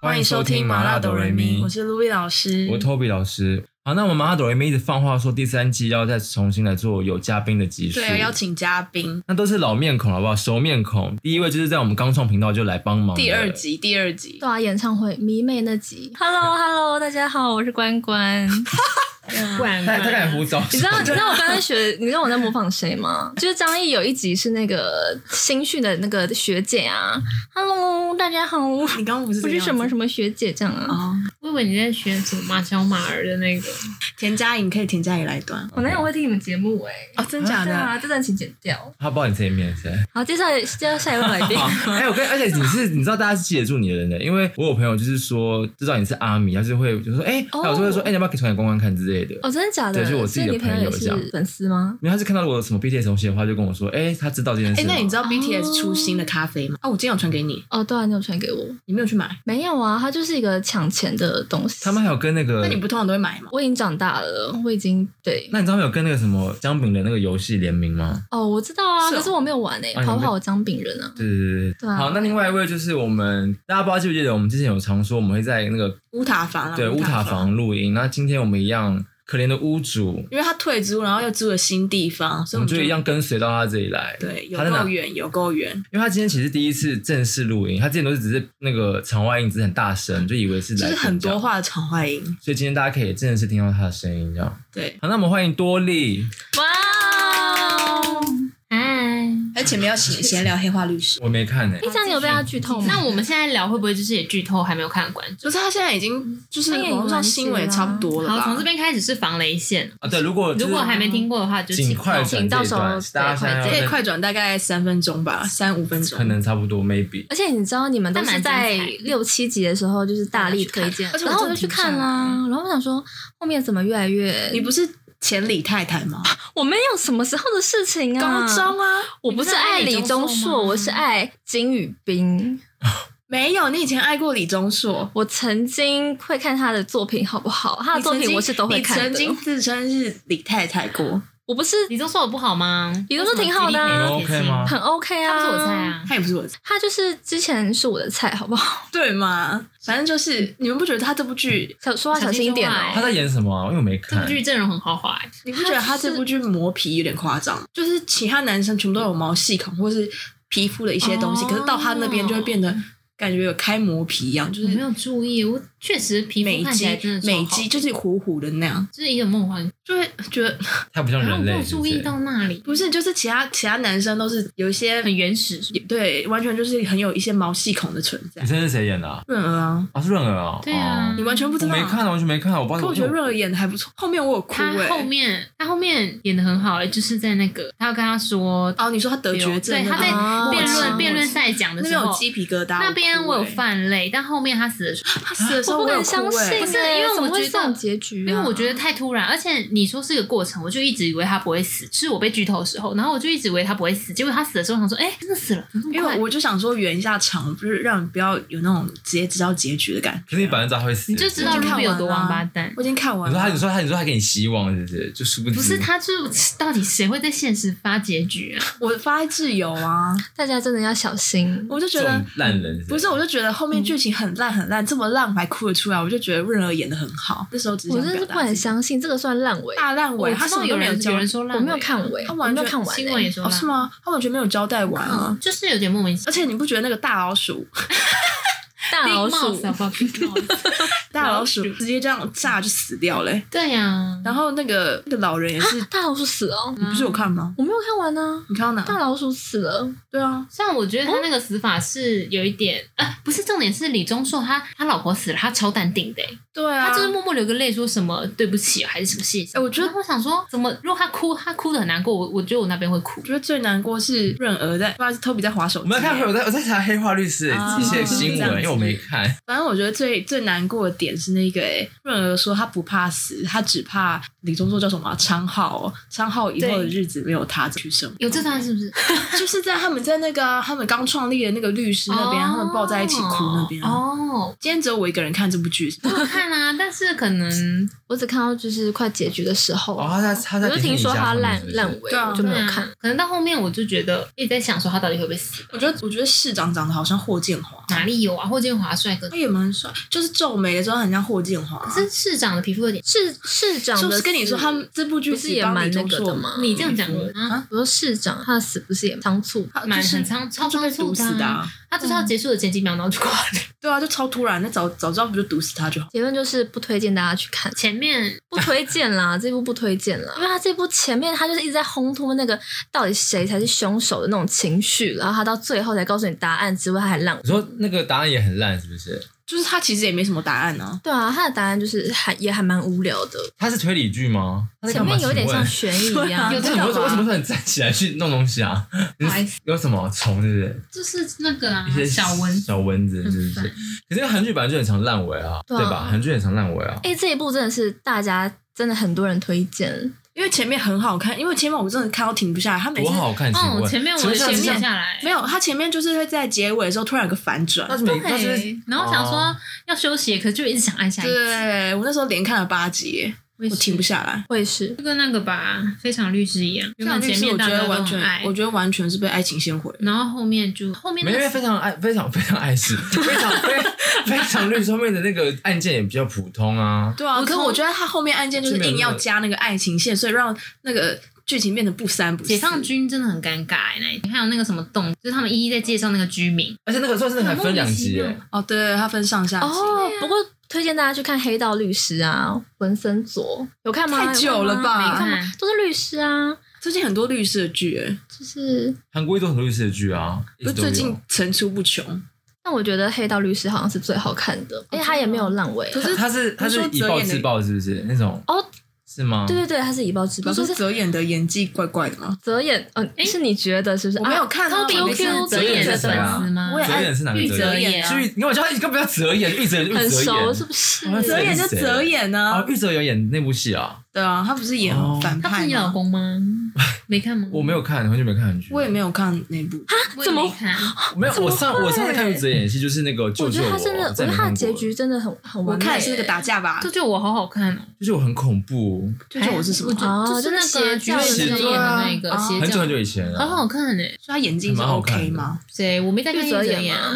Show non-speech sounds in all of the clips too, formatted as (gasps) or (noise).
欢迎收听麻辣哆瑞咪我是 Louis 老师，我是 Toby 老师。好，那我们麻辣哆瑞咪一直放话说第三季要再重新来做有嘉宾的集数，对，邀请嘉宾。那都是老面孔好不好？熟面孔，第一位就是在我们刚创频道就来帮忙的第二，集，第二集，对啊，演唱会迷妹那集。Hello Hello，大家好，我是关 (laughs) 关。(laughs) 冠他他敢胡诌，你知道你知道我刚才学，你知道我在模仿谁吗？就是张译有一集是那个新训的那个学姐啊。Hello，大家好，我你刚刚不是是什么什么么学姐这样啊。哦，我以为你在选什么马小马儿的那个，田佳颖可以田佳颖来一段我男友会听你们节目哎、哦，真假对的？啊，这段请剪掉。他不知道你自己面谁。好，介绍介绍下一位来 (laughs) 宾。哎、我跟而且你是你知道大家是记得住你的人的，因为我有朋友就是说知道你是阿米，他是会就说哎，哦他有时候会说哎、你要不要给传给公关看之类的。哦，真的假的？对是我自己的所以你朋朋友友也这样是粉丝吗？因为他是看到我有什么 BTS 东西的话，就跟我说，哎、他知道这件事哎，吗。那你知道哦 BTS 出新的咖啡吗？啊，我今天有传给你，哦，对啊，你有传给我？你没有去买，没有啊，它就是一个抢钱的东西。他们还有跟那个，那你不通常都会买吗？我已经长大了，我已经对那你知道他们有跟那个什么姜饼的那个游戏联名吗？哦，我知道啊，是哦可是我没有玩诶、啊你跑没跑姜饼人啊，对对对对啊好，那另外一位就是我们大家不知道记不记得，我们之前有常说我们会在那个乌塔房啊，对乌塔，房录音，那今天我们一样可怜的屋主，因为他退租，然后又租了新地方，所我以我们们就一样跟随到他这里来。对，有他在哪够远，有够远，因为他今天其实第一次正式录音，他之前都是只是那个场外音，只是很大声，就以为是就来是很这多样，话的场外音，所以今天大家可以正式听到他的声音，这样。对。好，那我们欢迎多莉，哇！哎，哎，前面要闲闲聊黑化律师，我没看呢、哎，这样你有被他剧透吗？那我们现在聊会不会就是也剧透还没有看的观就众？是他现在已经就是他也网络上完结新闻也啦差不多了好，吧？从这边开始是防雷线。啊，对，如果、就是、如果还没听过的话，就尽快转请这一请到段时，候大家现在可以要快转大概三分钟吧，三五分钟可。能差不多 maybe。而且你知道，你们都但是蛮精在彩的六七集的时候就是大力推荐，而且我然后真我的就去停下来看啦。然后我想说，后面怎么越来越……你不是前李太太吗？我没有什么时候的事情高啊，中啊，我不是爱李钟你不是爱李钟硕，硕吗我是爱金宇彬。没有，你以前爱过李钟硕。我曾经会看他的作品，好不好？他的作你曾品经我是都会看的。你曾经自称是李太太过，我不是你都说我不好吗？你都说挺好的啊为什么吉利你们 OK 没有铁心吗很 OK 他啊，不是我菜。啊。他也不是我的菜，他就是之前是我的菜，好不好？对嘛？反正就是你们不觉得他这部剧，小说话小小心心一点说话他哦。哎在演什么啊、因为我没这看部。剧阵容很豪华欸，你不觉得他这部剧磨皮有点夸张？就是其他男生全部都有毛细孔或是皮肤的一些东西，哦可是到他那边就会变得感觉有开磨皮一样，就我没是有注意，我确实皮美肤看起来真肌的美超好肌就是糊糊的那样，就是一个梦幻，就会觉得太不像然后我人没类有了。是注不是意到那里，不是，就是其他其他男生都是有一些很原始，是吗对，完全就是很有一些毛细孔的存在女。生是谁演的啊？润儿啊，啊，是润儿啊。对啊哦你完全不知我道、没看，啊，完全没看啊，我不知可道。我觉得润儿演的还不错。后面我有哭他哎、后面他后面演的很好、欸，就是在那个他要跟他说，哦，你说他得绝症对，那他个，在哦辩我知道论辩论赛讲那的边时有候，鸡皮疙瘩，那边我我哭有欸，犯累，但后面他死的时候，他死的时候我不有敢哭相信欸，哎、不是因为我怎么会觉得这种结局啊，因为我觉得太突然，而且你说是一个过程，我就一直以为他不会死，是我被剧透的时候，然后我就一直以为他不会死，结果他死的时候，我想说，哎、真的死了，怎么那因么快为我就想说圆一下场，就是让你不要有那种直接知道结局的感可觉。是你本来知道他会死，你就知道我已经看 Ruby 完啊有多王八蛋。我已经看你完说他，了，你说他，你说他给你希望，是不是？就殊不知不是，他就是到底谁会在现实发结局啊？我发自由啊，大家真的要小心。我就觉这得种烂人不是，我就觉得后面嗯剧情很烂很烂，这么烂我还哭得出来，我就觉得润儿演的很好。那时候只我想真的表是达不敢自己相信这个算烂尾，大烂尾，我他知什道么都有没人交有，人说烂尾，我没有看尾，他我完全没有看完欸。新闻也说哦，烂嗯是尾，吗？他完全没有交代完啊。就是有点莫名其而且你不觉得那个大老 (laughs) 鼠，大老妙。Big 鼠 Mouth，好不好 Big Mouth 大老鼠老鼠直接这样炸就死掉嘞、对呀、然后那个那个老人也啊是，大老鼠死哦，你嗯不是有看吗？我没有看完呢。你看到大哪？老鼠死了，对啊，虽然我觉得他那个死法是有一点，啊，不是重点是李钟硕他他老婆死了，他超淡定的、欸对啊，他就是默默流个泪，说什么对不起啊还是什么谢谢。哎我觉得然后我想说，怎么如果他哭，他哭的很难过，我我觉得我那边会哭我。觉得最难过是润儿在，不知道是 Toby 在划手我机、们来看，欸我在我在查黑化律师啊一些新这样闻，子因为我没看。反正我觉得最最难过的点是那个诶、润儿说她不怕死，她只怕李钟硕叫什么啊昌浩、哦，昌浩以后的对日子没有她去生活。有这段是不是？就是在他们在那个啊、他们刚创立的那个律师那边，哦他们抱在一起哭那边啊。哦，今天只有我一个人看这部剧，我看啊，但是 (laughs) 可能我只看到就是快结局的时候，哦，他在他在我就听说他他烂烂尾，对啊我就没有看。对啊可能到后面我就觉得一直在想说他到底会不会死，我觉得我觉得市长长得好像霍建华，哪里有啊？霍建华帅哥他，也蛮帅，就是皱眉的时候很像霍建华啊。可是市长的皮肤有点。市市长是的不是跟你说，死他们这部剧不是也蛮那个的吗？你这样讲我啊，我说市长他的死不是也仓促？他蛮嗯就是很仓他就被毒死的、啊。他就是要结束的前几秒，然后就挂了。对啊，就超突然，那早早知道不就毒死他就好。结论就是不推荐大家去看，前面啊不推荐啦，这部不推荐啦，因为他这部前面他就是一直在烘托那个到底谁才是凶手的那种情绪，然后他到最后才告诉你答案之外，他还浪。你说那个答案也很烂，是不是？就是他其实也没什么答案啊，对啊，他的答案就是还也还蛮无聊的，他是推理剧吗？他在前干嘛面有一点像请悬疑 (laughs) 对啊啊，问 (laughs) 那有在你干为嘛什么为什么突然站起来去弄东西啊？不好意思有什么虫是不是？就是那个啊一些小文，小蚊子是不很是？可是韩剧本来就很常烂尾啊，对对啊吧？韩剧很常烂尾啊。哎、这一部真的是大家真的很多人推荐，因为前面很好看，因为前面我真的看到停不下来，他每次多好看，请哦，问前面请我问像前是面像下来没有，他前面就是会在结尾的时候突然有个反转那。是每那就是对，然后想说哦要休息，可是就一直想按下一集，对我那时候连看了八集耶，我我停不下来。我也是。就跟那个吧《非常律师》一样，原本前面我大觉家得都完很全，爱我，觉得完全是被爱情先毁了。然后后面就后面没那有，因为个非常爱，非常非常爱是，非常非非常律师后面的那个案件也比较普通啊。对啊，我可是从我觉得他后面案件就是硬要加那个爱情线，所以让那个剧情变得不三不四。解放军真的很尴尬哎，那一集还有那个什么洞，就是他们一一在介绍那个居民，而且那个算是那个还分两集耶很莫名其，哦，对，他分上下集，哦，不过推荐大家去看《黑道律师》啊，文森佐有看吗？太久了吧有看吗没看都是律师啊，最近很多律师的剧，哎，就是。韩国一种很多律师的剧啊，一不直是都有最近层出不穷。但我觉得《黑道律师》好像是最好看哦的，而且他也没有烂尾。啊可他是他是他不是是说以泽暴演的制暴，是不是那种？哦，是吗？对对对，他是以暴制不暴，是就说是泽演的演技怪怪的吗？泽演，嗯、诶是你觉得是不是？我没有看啊 t o 我没 Q 看泽演演是的的谁粉啊丝吗我？也泽演是哪个玉泽泽演？演啊所以你看我叫他一个不叫泽演，玉泽玉很泽熟演是不是？我泽演就谁泽演啊呢，，玉泽有演那部戏啊，对啊，哦他不是演哦反他不派是你老吗？公吗？没看吗？我没有看，很久没看韩剧，我也没有看那部，我也怎么没看？没有，我上怎么会我上次看玉泽演戏就是那个我救觉救得他真的，我再也觉得没他看的过结局真的很很我完美。看的是那个打架吧这，就我好好看哦，就是我很恐怖，就就我是什么我觉？得哦就是那就是邪个橘教子的那演个的那个啊邪很久教很，久以前了。很好看哎。所以他演技是蛮好看的 OK 吗？谁？我没在看玉玉泽泽演演啊，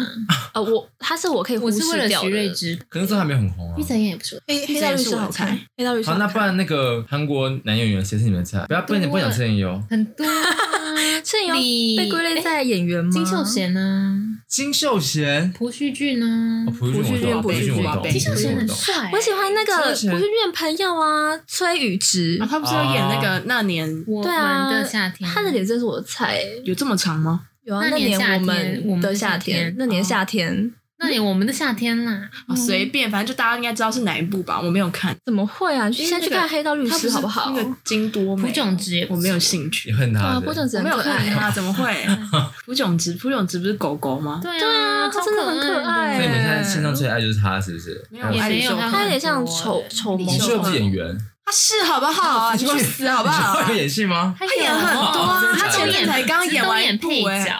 呃，我他是我可以忽我是为视了掉徐瑞的。植，可能这还没很红啊玉。泽演也不错。黑黑黑道道律律师师好好看看，黑道律师好，好那看。不然那个韩国男演员谁是你们的菜？不要不能不讲陈友，很 (laughs) 多啊这有李被归类在演员吗？金秀贤呢，金秀贤，朴叙俊呢哦，朴叙俊我懂，朴朴叙叙俊俊我我懂，懂金朴叙金秀贤俊我很懂。帅欸，我喜欢那个真的我是是院朋友啊，崔宇植啊，，他不是有演那个那年我对啊们的夏天，他的脸真是我的菜欸。有这么长吗？有啊，那那年夏我天我们们的的夏夏天天，那年哦夏天那年我们的夏天啦，啊，随便，反正就大家应该知道是哪一部吧，我没有看。怎么会啊？因为先去那个看《黑道律他师》好不好那？啊个金多美，朴炯植也不我错没有兴你趣，恨他啊，的？郭正子我很没有可看爱，啊，怎么 (laughs) 会？朴炯植，朴炯植不是狗狗吗？对对啊他超真的很可爱所以的你们现在线上最爱就是他，是不是？没有也没有，爱丽他有点像丑丑丑萌你秀不是演员，他是好不好啊？你去死好不好啊 (laughs) 你？会演戏吗？他他演很多啊，他前面才刚演完一演配部哎、角，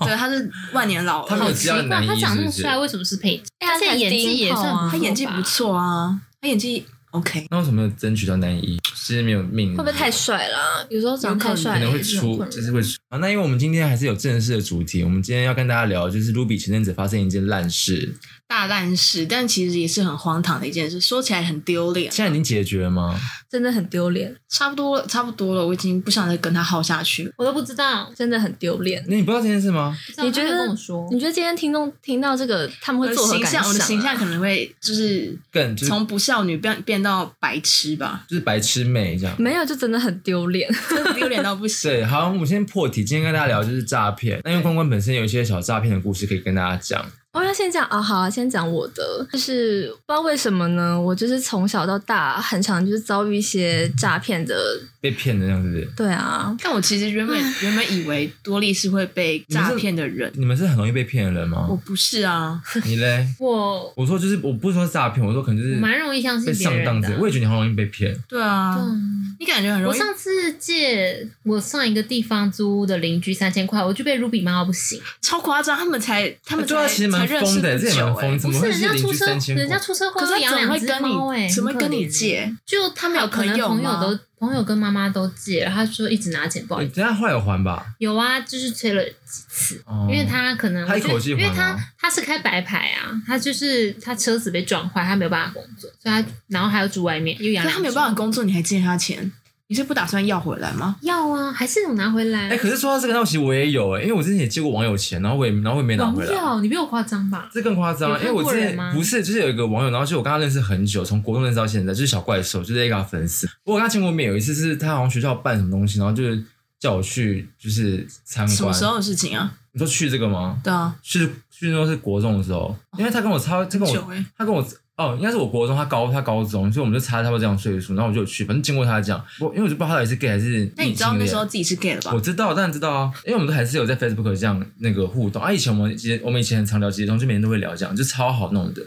(laughs) 对，他是万年老他没有二，啊知奇道怪，男他一长那是么不是帅，？为什么是配角？哎他而且才演技低也炮算啊不他错演技不吧错啊，他演技 OK。那为什么没有争取到男一？是没有命？会不会太帅啦？有时候长得太帅可哎能会有点出，困就是会出啊。那因为我们今天还是有正式的主题，我们今天要跟大家聊，就是 Ruby 前阵子发生一件烂事，大烂事，但其实也是很荒唐的一件事，说起来很丢脸。现在已经解决了 (sighs) 吗？真的很丢脸，差不多，差不多了，我已经不想再跟他耗下去了。我都不知道。真的很丢脸。那你不知道这件事吗？不知道你他觉没有得跟我说你觉得今天听众听到这个，他们我会的作何呃形感象，我的形想象啊？可能会就是更就是从不孝女变变到白痴吧， (laughs) 就是白痴妹这样。没有，就真的很丢脸。 (laughs) 真的丢脸到不行。对，好，我们先破题。今天跟大家聊就是诈骗。那因为关关本身有一些小诈骗的故事可以跟大家讲。我要先讲啊，好啊，先讲我的，就是不知道为什么呢，我就是从小到大很常就是遭遇一些诈骗的，被骗的那样，是不是？对啊，但我其实原本原本以为多利是会被诈骗的人，你们是很容易被骗的人我吗？不是啊，你嘞？我我说就是，我不是说诈骗，我说可能就我是蛮容易相信被别上人当的之类。我也觉得你很容易被骗，对啊，嗯你感觉很容我易。上次借我上一个地方租屋的邻居三千块，我就被 Ruby 骂到不行。超夸张，他们才他们才对啊，其实蛮才认识疯的，不这也久蛮欸疯，怎不么会是人是家邻出居车三千，人家出车祸可是要他养怎么两会只跟猫哎，你？怎么很会可跟你怜借欸？？就他们有可朋能友朋友吗都朋友跟妈妈都借，然后他说一直拿钱不好意哎等嗯思。一下后来有还吧？有啊，就是催了几次，哦因为他可能他一我觉得口气因还为吗他他是开白牌啊，他就是他车子被撞坏，他没有办法工作，所以他然后还要住外面，因为养可两是只他没有办法工作，你还借他钱，你是不打算要回来吗？要啊，还是有拿回来。哎、可是说到这个，那其实我也有哎、因为我之前也借过网友钱，然后我也然后我也没拿网回来。友，你比我夸张吧？这更夸张啊有，因看为我过之人前吗不是，就是有一个网友，然后就我跟他认识很久，从国中认识到现在，就是小怪兽，就是一个粉丝。我跟他见过面，有一次是他好像学校办什么东西，然后就是叫我去就是参什么观时。候的事情啊？你说去这个吗？对啊，去去那时候是国中的时候，因为他跟我差，他跟哦久我哎，他跟我哦，应该是我国中，他高他高中，所以我们就差差不多这样岁数，然后我就有去，反正经过他这样，我因为我就不知道他到底是 gay 还是那你异知道性那恋时候自己是 gay 了吧我？知道，当然知道啊，因为我们都还是有在 Facebook 这样那个互动啊。以前我们其实我们以前很常聊这些东西，就每天都会聊这样，就超好弄的。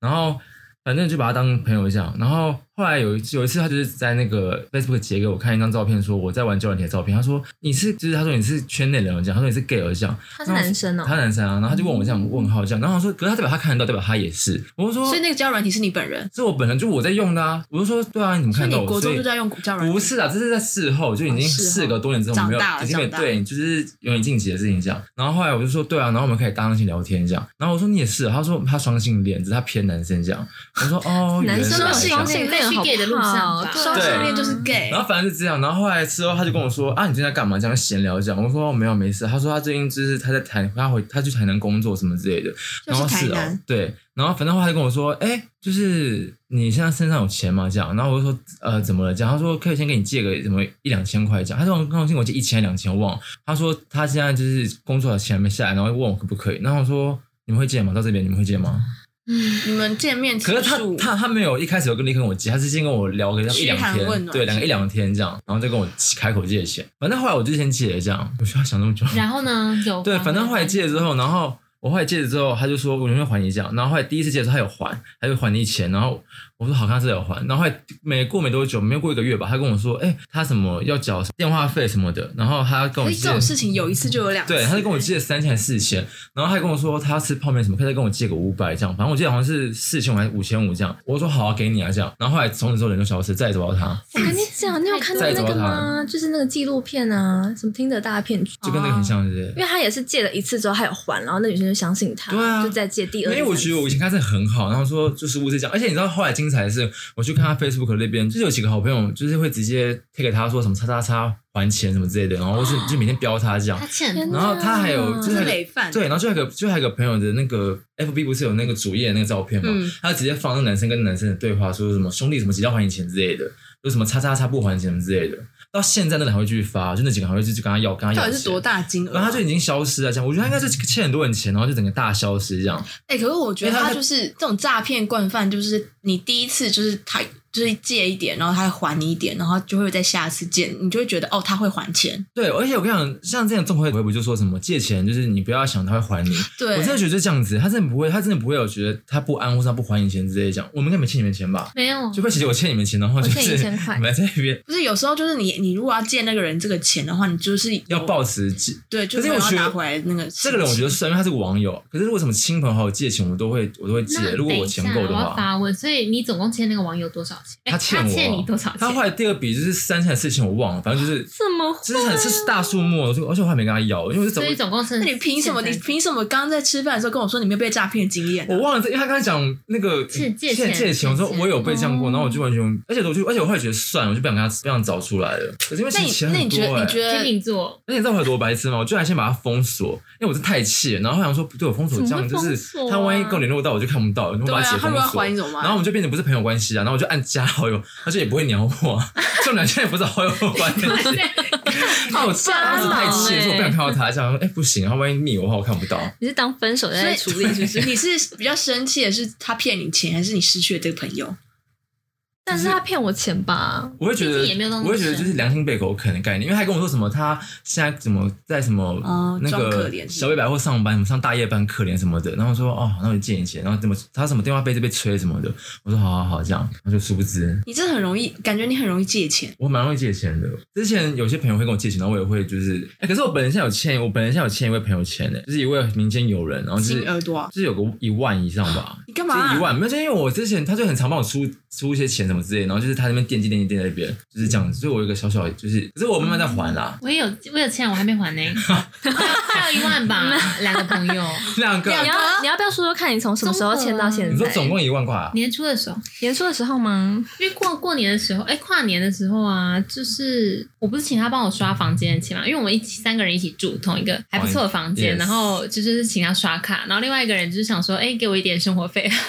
然后反正就把他当朋友这样。然后后来有一次有一次，他就是在那个 Facebook 截给我看一张照片，说我在玩交友软体的照片。他说你是，就是他说你是圈内人哦这样，他说你是 gay 哦这样，他是男生哦、他男生啊，然后他就问我这样问号这样，然后我说可是他代表他看得到，代表他也是。我就说嗯所以那个交友软体是你本人，这我本来就我在用的啊，我就说对啊，你们所看以得到你我，国所中以就在用交友软体。不是啊啦，这是在事后，就已经哦事后事隔多年之后，我们没有长大了已经没有长大了对，就是有点晋级的事情这样。然后后来我就说对啊，然后我们可以搭上去聊天这样。然后我说你也是，啊他说他双性恋，只是他偏男生这样。我说 (laughs) 哦，男原生来有这样双性恋好不好在去 gay 的路上吧对啊双性恋就是 gay，然后反正是这样，然后后来之后他就跟我说啊，你最近在干嘛？这样闲聊这样。我说、哦、没有没事。他说他最近就是他在台，他回他去台南工作什么之类的。就然后是台是南哦，。对，然后反正后来他就跟我说，哎、就是你现在身上有钱吗？这样，然后我就说，呃，怎么了？这样，他说可以先给你借个什么一两千块这样，他说跟我借我借一千两千，我忘了。他说他现在就是工作的钱还没下来，然后问我可不可以，然后我说。你们会借吗？到这边你们会借吗？嗯嗯你们见面次可是他数他他没有一开始有跟立刻跟我借，他是先跟我聊个一两嘘寒问天，暖对，两个一两天这样，然后再跟我开口借钱。反正后来我就先借了这样，我需要想那么久。然后呢？有对，还反正后来吗借了之后，然后我后来借了之后，他就说我永远还你这样。然后后来第一次借的时候他有还，他就还哦你钱。然后我说好看是有还。然后后来没过没多久，没有过一个月吧，他跟我说，哎、他什么要缴电话费什么的，然后他跟所我以借哎这。种事情有一次就有两次，对，他就跟我借三千还是四千，然后他还跟我说他要吃泡面什么，可以再跟我借个五百这样，反正我记得好像是四千五还是五千五这样，我说好啊，给你啊这样，然后后来从此之后人就消失，再也找不到他，我跟你讲，你有看到那个吗？就是那个纪录片啊，什么听得大骗局。就跟那个很像，对不对因？为他也是借了一次之后，他有还，然后那女生就相信他，对啊就再借第二。因为我觉得我以前第三次看是很好，然后说就是物是这样，而且你知道后来精彩的是，我去看他 Facebook 那边，就是有几个好朋友，就是会直接 take 他说什么叉叉叉还钱什么之类的，然后或是就每天飙他这样哎他，欠天然啊后他还有哪就是还累犯。对，然后就还有个就还有个朋友的那个 FB 不是有那个主页的那个照片嘛，嗯他直接放那男生跟男生的对话，说什么兄弟什么急要还你钱之类的，有什么叉叉叉不还钱什么之类的，到现在那两还会继续发，就那几个还会继续跟他要跟他要到底钱，是多大金额？啊然后他就已经消失了，这样，我觉得他应该是欠很多人钱，然后就整个大消失这样。哎、可是我觉得因为他他就是这种诈骗惯犯，就是你第一次就是他就是借一点，然后他还你一点，然后就会在下次见，你就会觉得哦他会还钱，对，而且我跟你讲，像这样综合回不就说什么借钱，就是你不要想他会还你。对，我真的觉得就这样子，他真的不会，他真的不会有觉得他不安或是他不还你钱之类的讲。我们应该没欠你们钱吧？没有就会其实我欠你们钱，然后就是我欠一千块你们在那边不是有时候就是你你如果要借那个人这个钱的话，你就是有要报时记。对，就可是是要我觉得拿回来那个这个人我觉得得算，因为他是个网友。可是如果什么亲朋好友借钱，我都会我都会借那。如果等我一钱下够的我要话，发问，所以你总共欠那个网友多少钱？哎他欠他我欠你多少钱？他后来第二笔就是三千还是四千，我忘了，反正就是怎么就是很是大数目，我就而且我还没跟他要，因为我是怎所么以总共是那你凭什么？你凭什么刚刚在吃饭的时候跟我说你没有被诈骗的经验、我啊？忘了这，因为他刚才讲那个是借欠钱借钱，我说借钱我有被这样过，嗯哦然后我就完全，而且我就而且我后来觉得算了，我就不想跟他不想找出来了。可是因为那其你实钱那很你多觉得哎、你觉天得秤座，而且你知道我有多白痴吗？我居然先把他封锁，因为我是太气了，然后后来想说不对，我封锁这怎么样会就是封锁啊他万一跟我联络到，我就看不到，然后对把他啊写？他封如果要锁还。你怎么办？啊然后我们就变成不是朋友关系啊。然后我就按加好友，他就也不会鸟我、啊， (laughs) 所以我们俩现在也不是好友关 (laughs) 系。那我真的是太气欸了，所以我不想看到他。想说，哎、不行，他万一密我的话，我看不到。你是当分手在处理，是不是？你是比较生气的是他骗你钱，还是你失去了这个朋友？但是他骗我钱吧？我会觉毕得竟也没有到那，么我会觉得就是良心被狗啃的概念，因为他跟我说什么，他现在怎么在什么、哦那装可个怜小北百货上班，什么上大夜班可怜什么的，然后我说哦，那我就借你钱，然后怎么他什么电话费就被催什么的，我说好好好这样，他就殊不知你真的很容易，感觉你很容易借钱。我蛮容易借钱的。之前有些朋友会跟我借钱，然后我也会就是，哎、可是我本人现在有欠，我本人现在有欠一位朋友钱的，就是一位民间友人，然后就是呃金额多少就是有个一万以上吧。你干就嘛、一万，没有，就因为我之前他就很常帮我出出一些钱什么之类，然后就是他那边惦记惦记惦记在那边，就是这样子，所以我有一个小小的就是，可是我慢慢在还啦，我也有，我有欠，我还没还 (laughs) 呢，快要一万吧，两个朋友， (laughs) 两个，你要你要不要说说看你从什么时候签到现在？你说总共一万块啊？年初的时候，年初的时候吗？因为过过年的时候，哎、跨年的时候啊，就是我不是请他帮我刷房间的钱嘛，因为我们一起三个人一起住同一个还不错的房间， Yes 然后就是请他刷卡，然后另外一个人就是想说，哎、给我一点生活费， (laughs)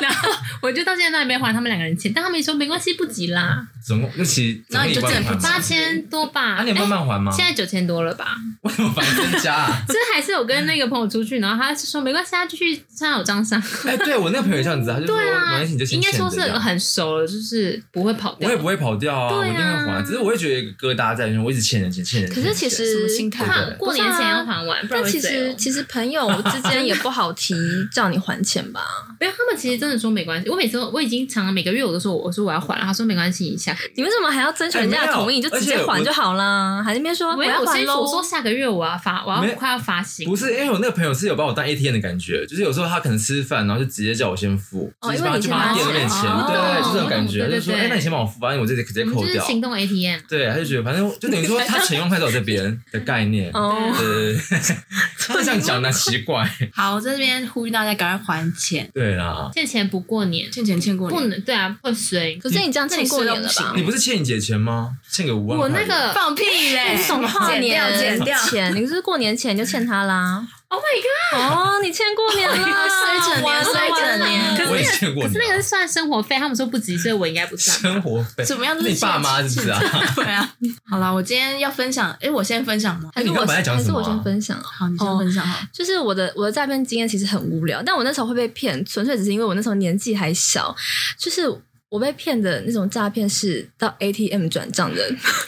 然后我就到现在都还没还他们两个人钱，但他们也说没关系，不急啦，总共那其实然后你就总共一真的万不块八吗？千多吧，啊，你有慢哎慢还吗？现在九千多了吧？为什么反增加啊？ (laughs) 这还是我跟那个朋友出去，然后他就说没关系，他继续他有账 (laughs) 上。哎，对我那个朋友也这样子啊，他就说对没啊，关系，你就先应该欠说着是这样很熟了，就是不会跑掉。我也不会跑掉啊，对啊我一定会还，只是我会觉得有一个疙瘩在，因为我一直欠人钱，欠人可钱。是欠其人钱什实么心态对不对过年前要还完，不但然会其醉实哦其实朋友之间也不好提叫你还钱 (laughs) 吧？没有，他们其实真的说没关系。我每次都我已经常常每个月我都说我我说我要还了，他说没关系，你下个月。你为什么还要征求人家的同哎意？你没有就直接还就好啦，还在那边说我哎我要要我还先喽。我说下个月我要发，我没要快要发薪。不是，因为我那个朋友是有把我当 ATM 的感觉，就是有时候他可能吃饭，然后就直接叫我先付，哦就是因为把你就先把他拿店里面的钱钱，哦对对对，就这种感觉，对对就说对哎，那你先帮我付，反正我这里直接我们扣就是掉。行动 ATM，对，他就觉得反正就等于说他钱用开在我这边的概念，哦对，对对， (laughs) 他就这样讲呢，奇怪，好，我在这边呼吁大家赶快还钱，对啦，借钱不过年，欠钱欠过不年。能对啊，会随。可是你这样欠过年了吧你？不是欠你姐钱吗？欠个五万我块的，那个放屁嘞！哎你啊什么跨年剪掉剪掉前？你是不是过年前就欠他啦？ ，Oh my god！哦，你欠过 (laughs) 年了，衰整年，完了衰整完了年。我也欠过可你是那个啊是算生活费，他们说不急，所以我应该 (laughs) 不算。生活费， (laughs) 怎么样都那是你爸欠妈是不是啊？ (laughs) 对啊，好了，我今天要分享，哎，我先分享吗？还是你刚我本来先讲还什是么啊我先分享啊？好，你先哦分享哈。就是我的我的诈骗经验其实很无聊，但我那时候会被骗，纯粹只是因为我那时候年纪还小，就是。我被骗的那种诈骗是到 ATM 转账的，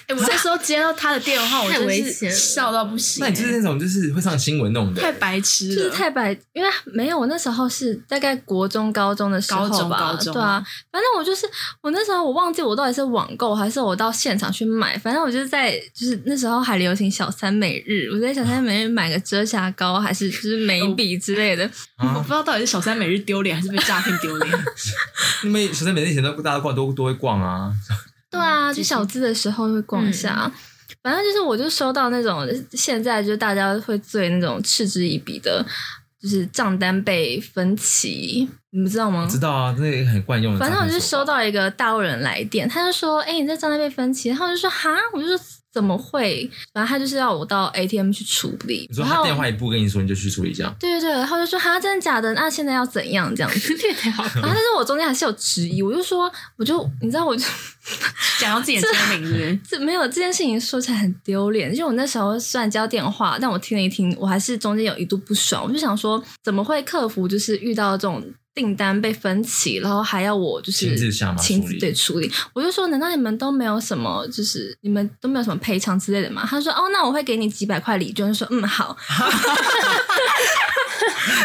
哎，我那时候接到他的电话，我太危真险是了笑到不行那你，就是那种就是会上新闻那种的，太白痴了，就是太白，因为没有我那时候是大概国中、高中的时候吧，高中高中对啊，反正我就是我那时候我忘记我到底是网购还是我到现场去买，反正我就是在就是那时候还流行小三美日，我在小三美日买个遮瑕膏还是就是眉哦笔之类的，我不啊！知道到底是小三每日丢脸还是被诈骗丢 (laughs) 脸。你们学生每天以前都大家逛都都会逛啊，对啊，就嗯就是小资的时候会逛一下。反正就是，我就收到那种现在就是大家会最那种嗤之以鼻的，就是账单被分歧，你们知道吗？知道啊，那个很惯用的反诈骗手正法。我就收到一个大陆人来电，他就说：“哎、你在账单被分期。”然后我就说：“哈，我就说怎么会？”反正他就是要我到 ATM 去处理你。说然后他电话一不跟你说，你就去处理这样。对对对，然后就说：“哈，真的假的？那、现在要怎样？”这样 (laughs) 子。这也太好然后但是我中间还是有质疑，我就说，我就你知道，我就讲到自己的真名是不是这没有这件事情说起来很丢脸，因为我那时候虽然接到电话，但我听了一听，我还是中间有一度不爽，我就想说，怎么会客服就是遇到这种订单被分歧，然后还要我就是亲自下马亲处理对处理？我就说，难道你们都没有什么就是你们都没有什么赔偿之类的吗？他说，哦，那我会给你几百块礼券，我就说嗯好， (laughs)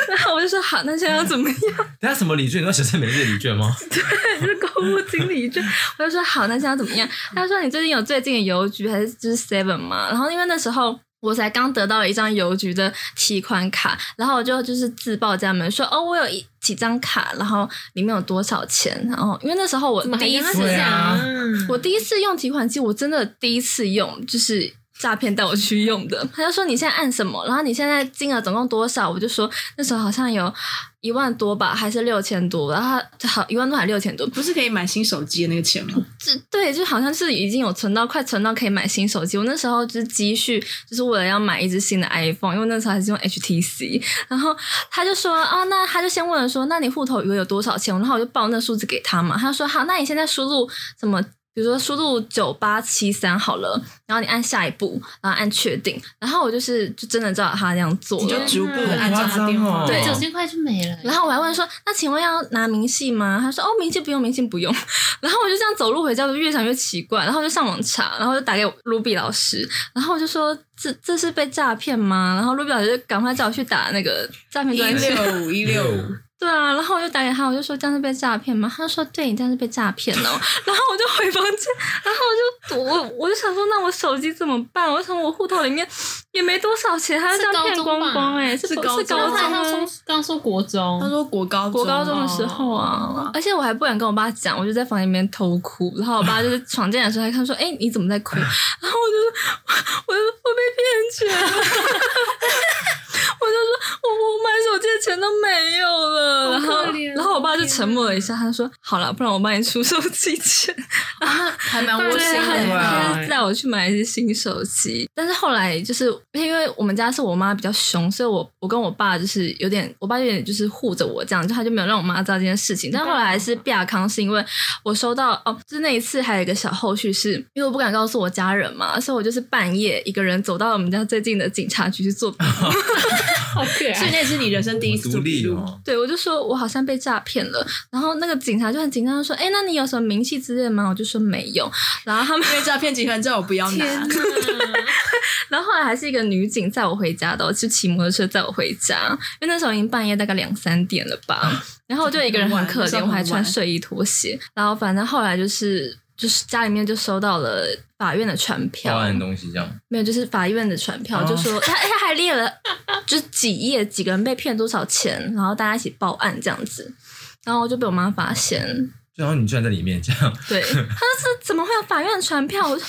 然后我就说好，那现在要怎么样？等下什么礼券？你说学生每日礼券 (laughs) 吗？是购物经理就我就说好，那现在怎么样？他说你最近有最近的邮局还是就是 Seven 吗？然后因为那时候。我才刚得到了一张邮局的提款卡，然后我就就是自报家门说哦，我有一几张卡，然后里面有多少钱？然后因为那时候我怎么还第一跟他次对啊讲？我第一次用提款机，我真的第一次用，就是诈骗带我去用的。他就说你现在按什么，然后你现在金额总共多少？我就说那时候好像有一万多吧，还是六千多，然后他好一万多还六千多，不是可以买新手机的那个钱吗？这对，就好像是已经有存到，快存到可以买新手机。我那时候就是积蓄，就是为了要买一只新的 iPhone，因为那时候还是用 HTC。然后他就说，哦，那他就先问了说，那你户头余额有多少钱？然后我就报那数字给他嘛。他就说，好，那你现在输入什么？比如说输入九八七三好了，然后你按下一步，然后按确定，然后我就是就真的照他这样做了，你就逐步的按照好夸他张电哦话，啊对九千块就没了。然后我还问说，那请问要拿明细吗？他说哦，明细不用，明细不用。 (laughs) 然后我就这样走路回家，我就越想越奇怪，然后我就上网查，然后就打给卢比老师，然后我就说这这是被诈骗吗？然后卢比老师就赶快叫我去打那个诈骗一哎专线， (laughs) 六五一六五，对啊，然后我就打给他，我就说这样是被诈骗吗？他说对，你这样是被诈骗哦。 (laughs) 然后我就回房间，然后我就我我就想说，那我手机怎么办？我想我户头里面也没多少钱，他就这是样高骗中光吧光哎、是是高是中高刚中才他啊说刚说国中，他说国高啊我高中的时候啊哦，而且我还不敢跟我爸讲，我就在房间里面偷哭。然后我爸就是闯进来的时候，还看说：“哎、你怎么在哭？”然 (laughs) 后我就说：“我我被骗去了。” (laughs) 我就说：“我我买手机的钱都没有了。”然好可后怜然后我爸就天哪沉默了一下，他说：“好了，不然我帮你出手机钱。”还蛮窝心对的。啊他就 (laughs) 带我去买一只新手机。但是后来就是因为我们家是我妈比较凶，所以我我跟我爸就是有点，我爸有点就是护着我这样，就他就没有让我妈知道这件事情。但后来还是毕亚康，是因为我收到哦，就是那一次还有一个小后续是，因为我不敢告诉我家人嘛，所以我就是半夜一个人走到我们家最近的警察局去做笔录好可 (laughs) 所以爱。那也是你人生第一次独做笔立录，哦，对，我就说我好像被诈骗了，然后那个警察就很紧张，就说：“哎，那你有什么明细之类的吗？”我就说没有，然后他们因为诈骗集团叫我不要拿，天哪！然后后来还是一个女警载我回家的哦，就骑摩托车载我回家，因为那时候已经半夜大概两三点了吧。然后我就一个人很可很晚那时怜，候我很还穿晚睡衣拖鞋。然后反正后来就是就是家里面就收到了法院的传报票，案的东西这样，没有就是法院的传票，哦就说 (laughs) 他哎他还列了就是几页几个人被骗多少钱，然后大家一起报案这样子。然后就被我妈发现，然后你居然在里面这样， (laughs) 对，他说这怎么会有法院的传票？ (laughs) 我就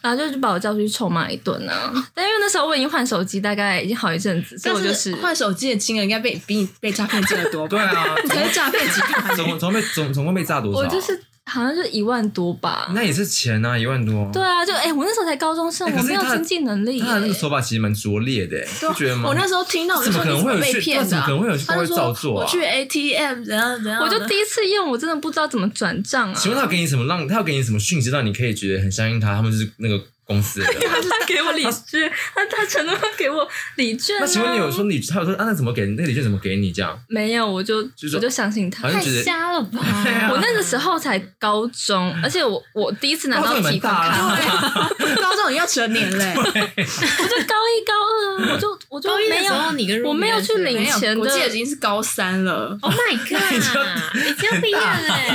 然后就把我叫出去臭骂一顿啊！但因为那时候我已经换手机，大概已经好一阵子，所以我就但是是换手机的金额应该被比你被诈骗金额多对吧？ (laughs) 啊， (laughs) 你才是诈骗集团总总总被总总共被炸多少？我就是好像是一万多吧。那也是钱啊，一万多。对啊，就哎、我那时候才高中生，哎可我是没有他经济能力耶、他的那个手法其实蛮拙劣的，欸对不觉得啊吗？我那时候听到我就怎么可说能你会有被去？骗怎的么啊可？能会有去他会就照说做我啊？去 ATM 怎样怎样，我就第一次用，我真的不知道怎么转账啊。请问他有给你什么让？他要给你什么讯息让你可以觉得很相信他？他们就是那个公司的人。 (laughs) 他是给我礼券，他他承诺要给我礼券、啊。那请问你有说你他有说啊？那怎么给？那个礼券怎么给你？这样没有？我就就是我就相信他好。像太觉得瞎了吧！啊嗯 (laughs) 我那个时候才高中，而且我我第一次拿高到中也提哦蛮大款卡，啦。高中已经要成年 (laughs) 嘞，我就高一高二，我就我就高一的没时有候你跟我没有去领没有钱，的我记得已经是高三了。 Oh my god！已经毕业 了，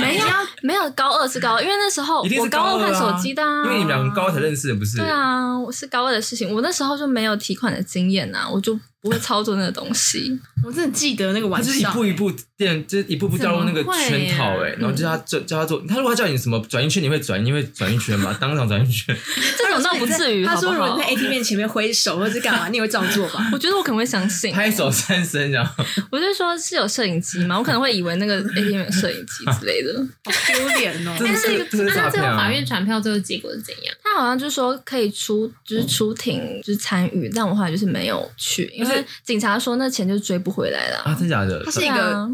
(laughs) 没有没有高二是高二，因为那时候一定我是高二高换啊手机的、啊，因为你们两个高二才认识的，不是？对啊，我是高二的事情，我那时候就没有提款的经验呐、啊，我就不会操作那个东西。我真的记得那个他晚就是一上，步一步垫，就是一步步掉入那个圈套怎么会哎、啊然后叫他叫叫他做，他如果他叫你什么转一圈，你会转，你会转一圈吧，当场转一圈，这种倒不至于，他好不说如果好你？在 ATM 前面挥手或者是干嘛，你也会照做 (laughs) 吧？我觉得我可能会相信，拍手三声这样。我就说是有摄影机嘛，我可能会以为那个 ATM 有摄影机之类的。好丢脸哦！这但是是这是那诈他最骗后啊法！院传票最后结果是怎样？他好像就说可以出，就是出庭，就是参与，但我后来就是没有去，因为警察说那钱就追不回来了啊，啊。真假的他，是对一啊个，找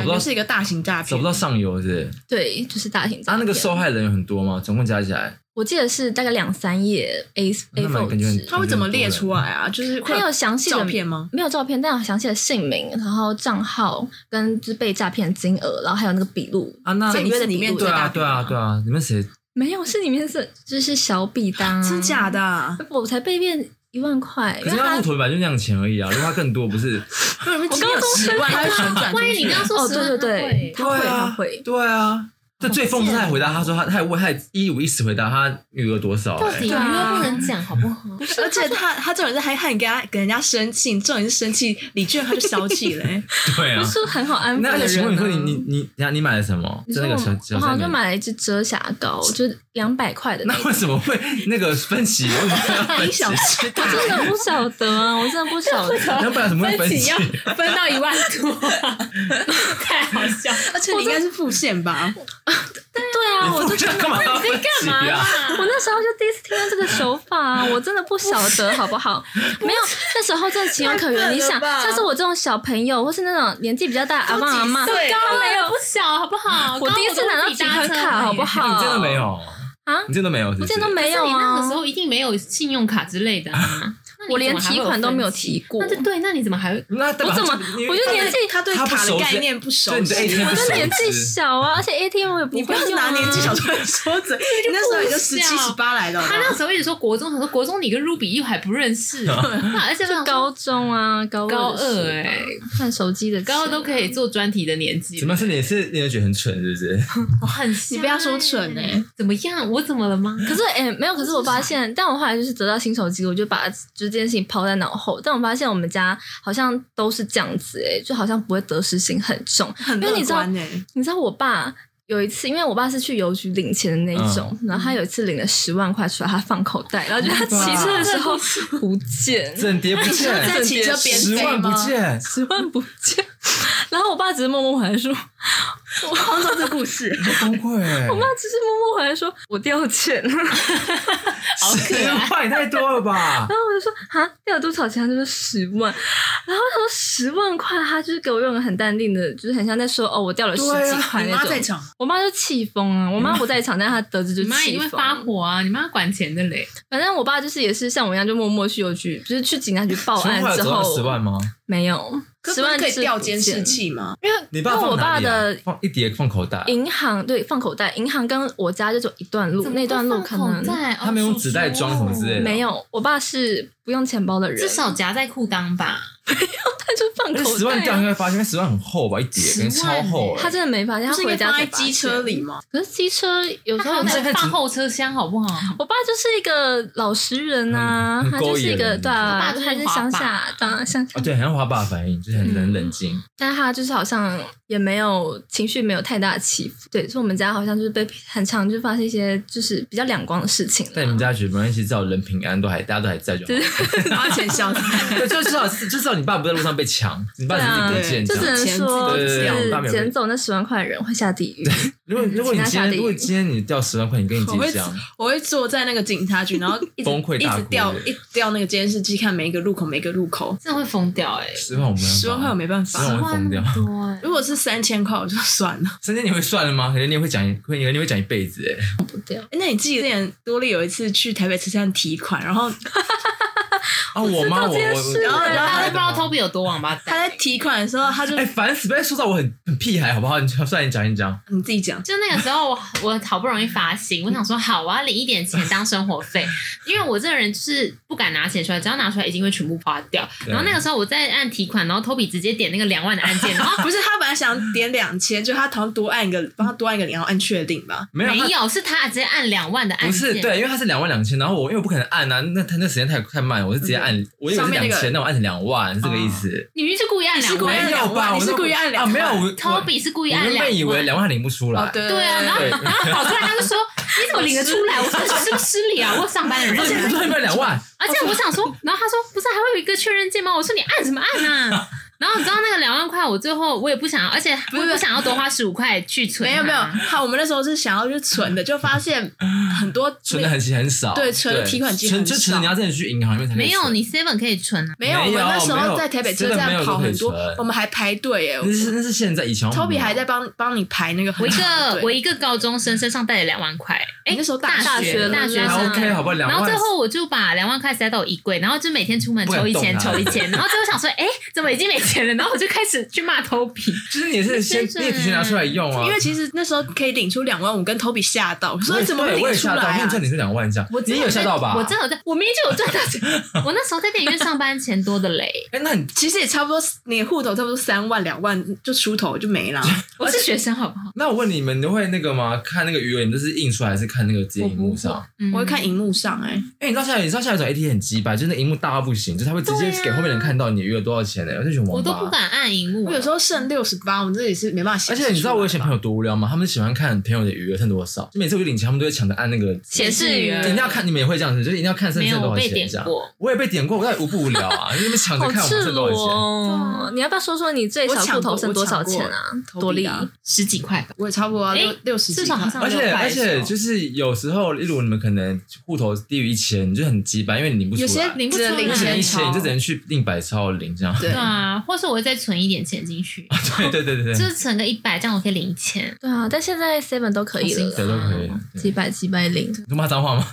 感不到觉是一个大型诈骗，找不到上游是不是？对，就是大型诈啊，骗。那个受害人有很多吗？总共加起来，我记得是大概两三页 A A 那蛮4感觉很纸，他会怎么列出来啊？就是会它有详细的照片吗？没有照片，但有详细的姓名，然后账号跟就是被诈骗金额，然后还有那个笔录。啊，那这里面的里面笔录对最啊，大对啊，对啊，你们谁？没有，是里面是就是小笔单，真假？的啊？我才被骗一万块，可因是为他他户头本来就那样钱而已啊，如果他更多不是？如果你们只有我高中十万，他会旋转出去。万一你刚刚说哦，十对万对他会啊对对，他会他啊会，对啊，对，最疯是他还回答他说他他还问他还一五一十回答他余额多少、到欸底有对啊没有不能讲好不 (laughs) 好？ (laughs) 而且他他这种人还还给他给人家生气，这种人是生气，李俊他就小气了、欸 (laughs) 对啊不，是很好安抚那的那请问人啊你呢说你你你你你买了什么？你就说那个我小我小好三像就元。买了一支遮瑕膏，就两百块的那那为种。什么会那个分歧？为什么要分你 (laughs) 哎歧小？气我真的不晓得啊，我真的不晓 (laughs) 得。要不然怎么会分分歧 (laughs) 歧？要分到一万多，太好 (laughs) 笑了！而且你应该是付现吧？ (laughs) 对啊， (laughs) 我就这干嘛要分歧啊？我那时候就第一次听到这个手法、啊，我真的不晓得好不好？没有，那时候真的情有可太原。笨你了想，吧像是我这种小朋友，或是那种年纪比较大的阿都爸几阿妈，岁了他没没有不有，小，好不好？我第一次拿到集款卡，好不好？你真的没有啊你真的没有是不我是？真的没没有有你那个啊时，候一定没有信用卡之类的啊，那 (laughs) 你我连怎么还会提款都没有提分过。期。那就对，那你怎么还会？那代表我他怎么你我就年纪他对他不卡的熟概悉念不熟对你的悉， ATM 我不熟就悉年纪小啊，而且 ATM 我也 (laughs) 不你不会要用啊拿年纪小出来说嘴， (laughs) 你那时候也就十七十八来的吧，他那时候一直说国中，他说国中你跟 Ruby 又还不 (laughs) 认识，那而且我想说高中啊，高高的二事吧欸看手机的高二都以。可以做专题的年纪怎，么样是你是你也觉得很蠢是不是？ (laughs) 我很瞎你不要说蠢欸欸怎么样？我怎么了吗？可是哎、欸没有，可是我发现，但我后来就是得到新手机，我就把就是这件事情抛在脑后。但我发现我们家好像都是这样子、欸，就好像不会得失心很重。很因为乐你知道观哎，你知道我爸有一次，因为我爸是去邮局领钱的那一种，然后他有一次领了十万块出来，他放口袋，然后就他骑车的时候不见，整叠不见，在骑车边十飞万不吗？ (laughs) 见，十万不见。 (laughs) 然后我爸只是默默回来说，我好像哦这故事，崩溃欸！我爸只是默默回来说我掉钱了。好可十爱，万也太多了吧？然后我就说啊，掉了多少钱？他就说十万。然后他说十万块，他就是给我用的很淡定的，就是很像在说哦，我掉了十对啊几 (laughs) 块你那妈在 (laughs) 种。场，我妈就气疯啊！我妈不在场，但她得知就 (laughs) 你妈一气定会疯。发火啊！你妈管钱的嘞，反正我爸就是也是像我一样，就默默去邮局，就是去警察局报十万案块有之走到后，十万吗？没有可十万可以是调不监视见器吗？因为你因爸为我放哪爸里啊的放一叠放口袋，啊银行对放口袋，银行跟我家就走一段路，那段路可能他他们用纸袋装什么之类的没有。我爸是不用钱包的人，至少夹在裤裆吧。他就放口袋啊。十万掉应该发现，因为十万很厚吧，一叠十感觉万超厚欸。他真的没发现，不他是应回该家放在才发机车现里 (laughs) 吗？可是机车有时他候好我歹放后车厢好不好？爸就是一个老实人啊，嗯很他就是一勾引个人对啊，我爸就是他是乡滑下当乡下啊，，对，很像滑爸的反应，就是很很冷静。但他就是好像也没有情绪，没有太大起伏。对，所以我们家好像就是被很常就发生一些就是比较两光的事情啦。在你们家觉得没关系，只要人平安，都还大家都还在就好对。花钱消灾，对，就至少就至少你爸不在路上被抢，你爸只是对不啊见 (laughs) 就这只样。能说，对就对对我爸没是有捡走那十万块的人会下地狱。如果如果你今天嗯如果今天你掉十万块，你跟你姐我会这样， (laughs) 我会坐在那个警察局，然后一直崩溃一大直哭欸调对一直调那个监视器，看每一个路口每一个路口，真的会疯掉哎、欸！十万我没办法，十万块我没办十法。万我会疯掉。多哎、如果是三千块，我就算了。 (laughs) 甚至你会算了吗？可能你会讲一，会可能你会讲一辈子哎。 (laughs) 欸那你记得之前多利有一次去台北车站提款，然后啊，我妈道我这我件事我然后大家都我不知道 Toby 有多王八他蛋。在提款的时候， (laughs) 他就、哎，烦死！不要说到我很很屁孩好不好？你算你讲一讲，嗯你自己讲，就那个时候我，我好不容易发薪，我想说好，我要领一点钱当生活费， (laughs) 因为我这个人就是不敢拿钱出来，只要拿出来一定会全部花掉。对然后那个时候我在按提款，然后 Toby 直接点那个两万的按键，然后不是他本来想点两千，就他好像多按一个，帮他多按一个零，然后按确定吧。没有没她有，是他直接按两万的按不键，是对，因为它是两万两千，然后我因为我不可能按啊，那它那时间太太慢，我是直接按，我以为上是面那两个哦千，那我按成两万，是这个意思。你明明是故意按两你是故意按万没有两万吧？你是我那故意按两啊？万没有，我我，Toby 是故意我按原两本万，以为两万领不出来，哦对对啊，然后哦 (laughs) 对然后跑出来他就说：“你怎么领得出来？”我说：“是不是失礼啊？我有上班的人。”你说你们两 (laughs) 万，而且我想说，然后他说不是还会有一个确认键吗？我说你按什么按啊？然后你知道那个两万块，我最后我也不想要，而且我也不想要多花十五块去存、没有没有，，他我们那时候是想要去存的，就发现很多存的很很少，对存的提款机存很就存少的你要真的去银行里面才可以没有存你 seven 可以存啊。没有，我没们有那时没有候在台北车真的没有站都跑可以很多存，嗯我们还排队耶。那是那是现在以前我们 Toby 还在帮帮你排那个我很一长个的队，我一个高中生身上带了两万块，哎你那，时候大大学大学还生 OK 好不好？两然后万最后我就把两万块塞到我衣柜，然后就每天出门抽一千不敢动啊它抽一千，然后最后想说，哎，怎么已经没钱了？然后我就开始去骂头皮，就是你也是先先生你也提前拿出来用啊，因为其实那时候可以领出两万五，跟 Toby 吓到，我我说也你怎么会对我领也吓到，出来啊没有赚你这两万这样我，真你的也有吓到吧？我真的有在，我明明就有赚到钱。我那时候在电影院上班钱多的嘞，哎，那你其实也差不多，你户头差不多三万两万就出头就 (laughs) 没了。我是学生好不好？那我问你们，你会那个吗？看那个余额，你们都是印出来还是看那个直接荧幕上？嗯我会看荧幕上哎、哎、你知道下来，你知道下来找 AT 很鸡掰，就是那荧幕大到不行，就是他会直接对啊给后面人看到你余额多少钱呢、我就觉得我王都八。不敢按荧幕。我有时候剩六十八，我们这里是没办法而显示出来的吧。且你知道我以前朋友多无聊吗？他们喜欢看朋友的余额剩多少，就每次我去领钱，他们都会抢着按那个。显示于一定要看，你们也会这样子，就是一定要看剩没剩有多我少被钱点这样。过，我也被点过，我在无不无聊啊，因为抢着好看我们赤剩多裸嗯少哦！你要不要说说你最我小抢户过头剩多少钱啊？我抢过多利投，币的十几块吧。我也差不多啊哎六六十几至少好哦块像钱。而且而且就是有时候，例如你们可能户头低于一千，你就很鸡掰，因为你领不出有来。些领不只出能一零来千钱一千，你嗯就只能去另百超领这样。对对啊，或是我会再存一点钱进去， (laughs) 对对对对就对，是存个一百，这样我可以 (laughs) 领钱。对啊，但现在 seven 都可以了对啦，哦都可以。对几百几百零，你骂脏话吗？ (laughs)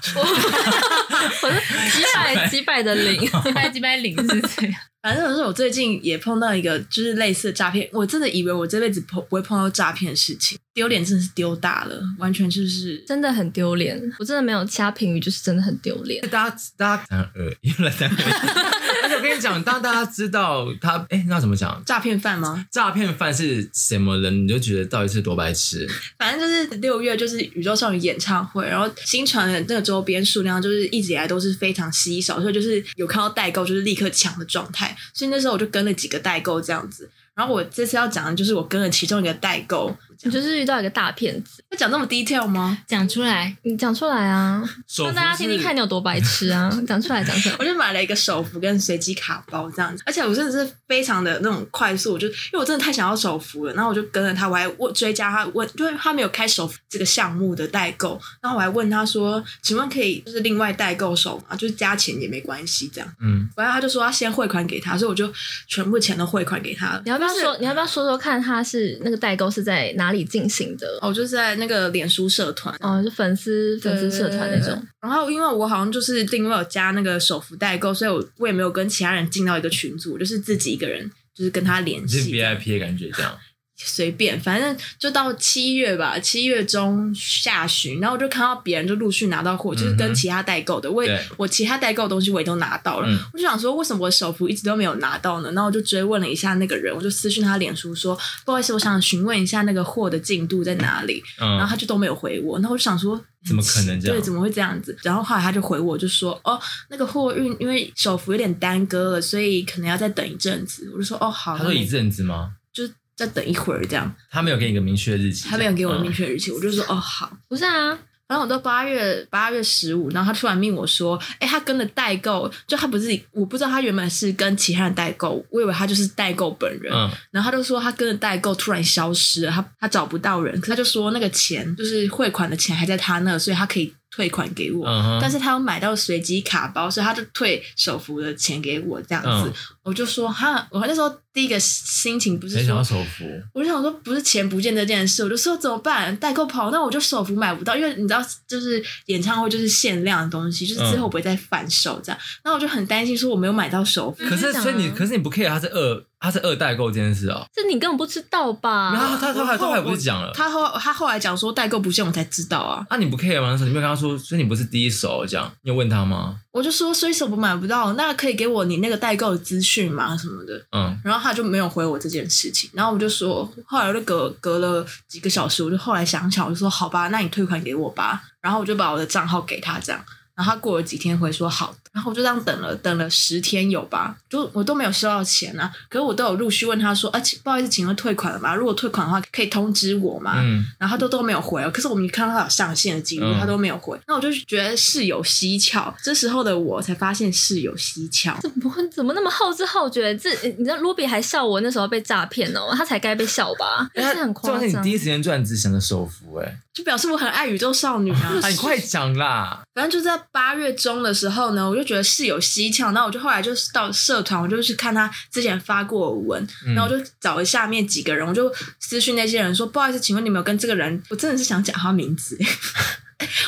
我说几百几百 (laughs) 的零，几百几百领是这样，反正是我最近也碰到一个就是类似的诈骗，我真的以为我这辈子碰不会碰到诈骗的事情，丢脸真的是丢大了，完全就是真的很丢脸。我真的没有掐评语，就是真的很丢脸。大家大 (laughs) 家三二一了三二一。而且我跟你讲，当大家知道他，哎，那怎么讲？诈骗犯吗？诈骗犯是什么人，你就觉得到底是多白痴。反正就是六月就是宇宙少女演唱会，然后新传的那个周边数量就是一直以来都是非常稀少，所以就是有看到代购就是立刻抢的状态。所以那时候我就跟了几个代购这样子。然后我这次要讲的就是我跟了其中一个代购，你就是遇到一个大骗子，要讲那么 detail 吗？讲出来你讲出来啊，手让幅大家听听是看你有多白痴 (laughs) 啊！讲出来，讲 (laughs) 出来。我就买了一个手幅跟随机卡包这样子，而且我真的是非常的那种快速，我就因为我真的太想要手幅了，然后我就跟着他，我还问追加他问，就是他没有开手幅这个项目的代购，然后我还问他说，请问可以就是另外代购手吗？就是加钱也没关系这样，嗯，然后他就说要先汇款给他，所以我就全部钱都汇款给他了。你要不要说？你要不要说说看，他是那个代购是在哪里进行的？哦，我就是在那个脸书社团，哦，就粉丝粉丝社团那嗯对对种对。然后因为我好像就是另外有加那个手幅代购，所以我我也没有跟其他人进到一个群组，就是自己一个人。就是跟他联你是系这样， VIP 的感觉这样。随便，反正就到七月吧，七月中下旬，然后我就看到别人就陆续拿到货，就是嗯跟哼其他代购的，我也对我其他代购的东西我也都拿到了，嗯我就想说为什么我手幅一直都没有拿到呢？然后我就追问了一下那个人，我就私讯他脸书说，不好意思，我想询问一下那个货的进度在哪里，然后嗯，他就都没有回我，然后我就想说嗯怎么可能这样对，怎么会这样子？然后后来他就回我，就说哦，那个货运因为手幅有点耽搁了，所以可能要再等一阵子。我就说哦，好，他那说没一阵子吗？就是再等一会儿这样。他没有给你一个明确的日期，他没有给我这样明确日期，我就说哦好。不是啊，然后我到八月八月十五，然后他突然命我说，哎，他跟了代购，就他不是我不知道他原本是跟其他人代购，我以为他就是代购本人，嗯，然后他就说他跟着代购突然消失了，他他找不到人，可他就说那个钱就是汇款的钱还在他那，所以他可以退款给我。嗯哼但是他有买到随机卡包，所以他就退手幅的钱给我这样子。嗯我就说哈，我那时候第一个心情不是谁想说嗯要手幅？我就想说，不是钱不见这件事，我就说怎么办？代购跑，那我就手幅买不到，因为你知道，就是演唱会就是限量的东西，就是之后不会再贩售这样。然后我就很担心，说我没有买到手幅。可是，所以你，可是你不 care 他是二，他是二代购这件事哦。这你根本不知道啊然后吧？他他后来他后来不是讲了，他后他后来讲说代购不见，我才知道啊。啊，你不 care 吗？那时候你没有跟他说，所以你不是第一手这样，你有问他吗？我就说，所以手幅买不到，那可以给我你那个代购的资讯吗？什么的。嗯，然后他就没有回我这件事情，然后我就说，后来我就隔隔了几个小时，我就后来想想，我就说好吧，那你退款给我吧，然后我就把我的账号给他这样，然后他过了几天回说好，然后我就这样等了等了十天有吧，就我都没有收到钱啊，可是我都有陆续问他说，啊，请不好意思，请问退款了吗？如果退款的话，可以通知我吗？嗯，然后他都都没有回哦，可是我们看到他有上线的记录，嗯他都没有回。那我就觉得事有蹊跷，这时候的我才发现事有蹊跷。怎么会怎么那么后知后觉？这你知道，卢比还笑我那时候被诈骗哦，他才该被笑吧？这哎他是很夸重点是张你第。一时间赚只想着手幅，哎，就表示我很爱宇宙少女 (laughs) 啊！啊，你快讲啦！反正就在八月中的时候呢，我就觉得是有蹊跷，那我就后来就是到社团，我就去看他之前发过的文，嗯然后我就找了下面几个人，我就私讯那些人说，不好意思，请问你们有跟这个人？我真的是想讲他名字。 (laughs)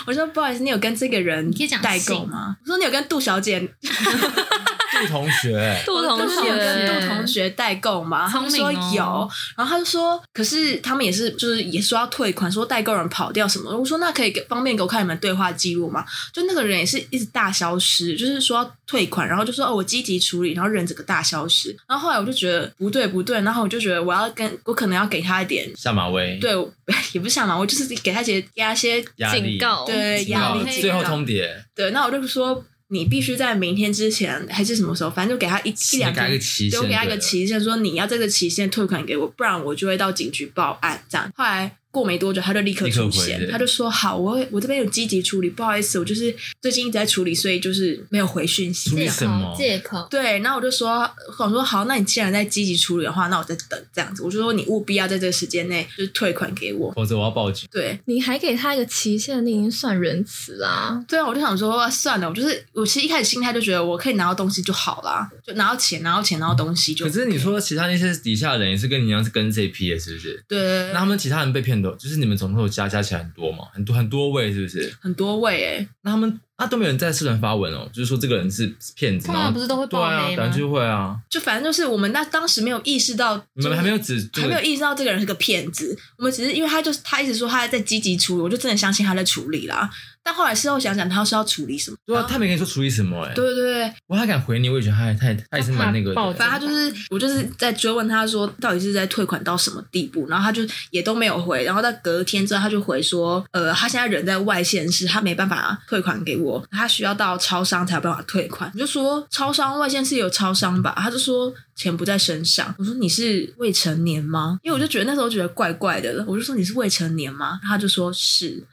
我说不好意思，你有跟这个人你可以讲代购姓吗？我说你有跟杜小姐，杜同学，杜同就是有学，跟杜同学代购嘛，他聪们明说哦有，然后他就说，可是他们也是就是也说要退款，说代购人跑掉什么的，我说那可以给方便给我看你们对话记录吗？就那个人也是一直大消失，就是说要退款，然后就说哦我积极处理，然后人整个大消失，然后后来我就觉得不对不对，然后我就觉得我要跟我可能要给他一点。下马威，对， (laughs) 我也不是想嘛，我就是给他一些给他一些压力警告对警压告力，最后通牒，对，那我就说你必须在明天之前还是什么时候，反正就给他一一两给他天一个期限就给他一对个了期限，说你要在这个期限退款给我，不然我就会到警局报案。这样，后来过没多久，他就立刻立刻出回现，对他就说：“好，我会我这边有积极处理，不好意思，我就是最近一直在处理，所以就是没有回讯息。”处理什么？借口？对，然后我就说，我想说好，那你既然在积极处理的话，那我再等这样子。我就说你务必要在这个时间内就是退款给我。否则我要报警。对，你还给他一个期限，你已经算仁慈啦。对啊，我就想说算了，我就是我其实一开始心态就觉得我可以拿到东西就好啦，就拿到钱，拿到钱，拿到东西就。可是你说其他那些底下的人也是跟你一样是跟这一批的，是不是？对那他们其他人被骗的，就是你们总共有加加起来很多嘛，很多很多位，是不是？很多位哎、那他们那都没有人在社团发文哦，就是说这个人是骗子，通然后常不是都会对爆啊，雷感吗觉？就会啊，就反正就是我们那当时没有意识到，你们还没有指这还没有个意识到这个人是个骗子，我们只是因为他就是他一直说他在积极处理，我就真的相信他在处理啦。但后来事后想想，他是要处理什么？对啊，他没跟你说处理什么哎，对对对对，我还敢回你，我也觉得他也他也他也是蛮那个他怕爆的，反正他就是我就是在追问他说到底是在退款到什么地步，然后他就也都没有回，然后到隔天之后他就回说，呃，他现在人在外县市，他没办法退款给我，他需要到超商才有办法退款。我就说超商外县市有超商吧，他就说钱不在身上。我说你是未成年吗？因为我就觉得那时候觉得怪怪的了，我就说你是未成年吗？他就说是，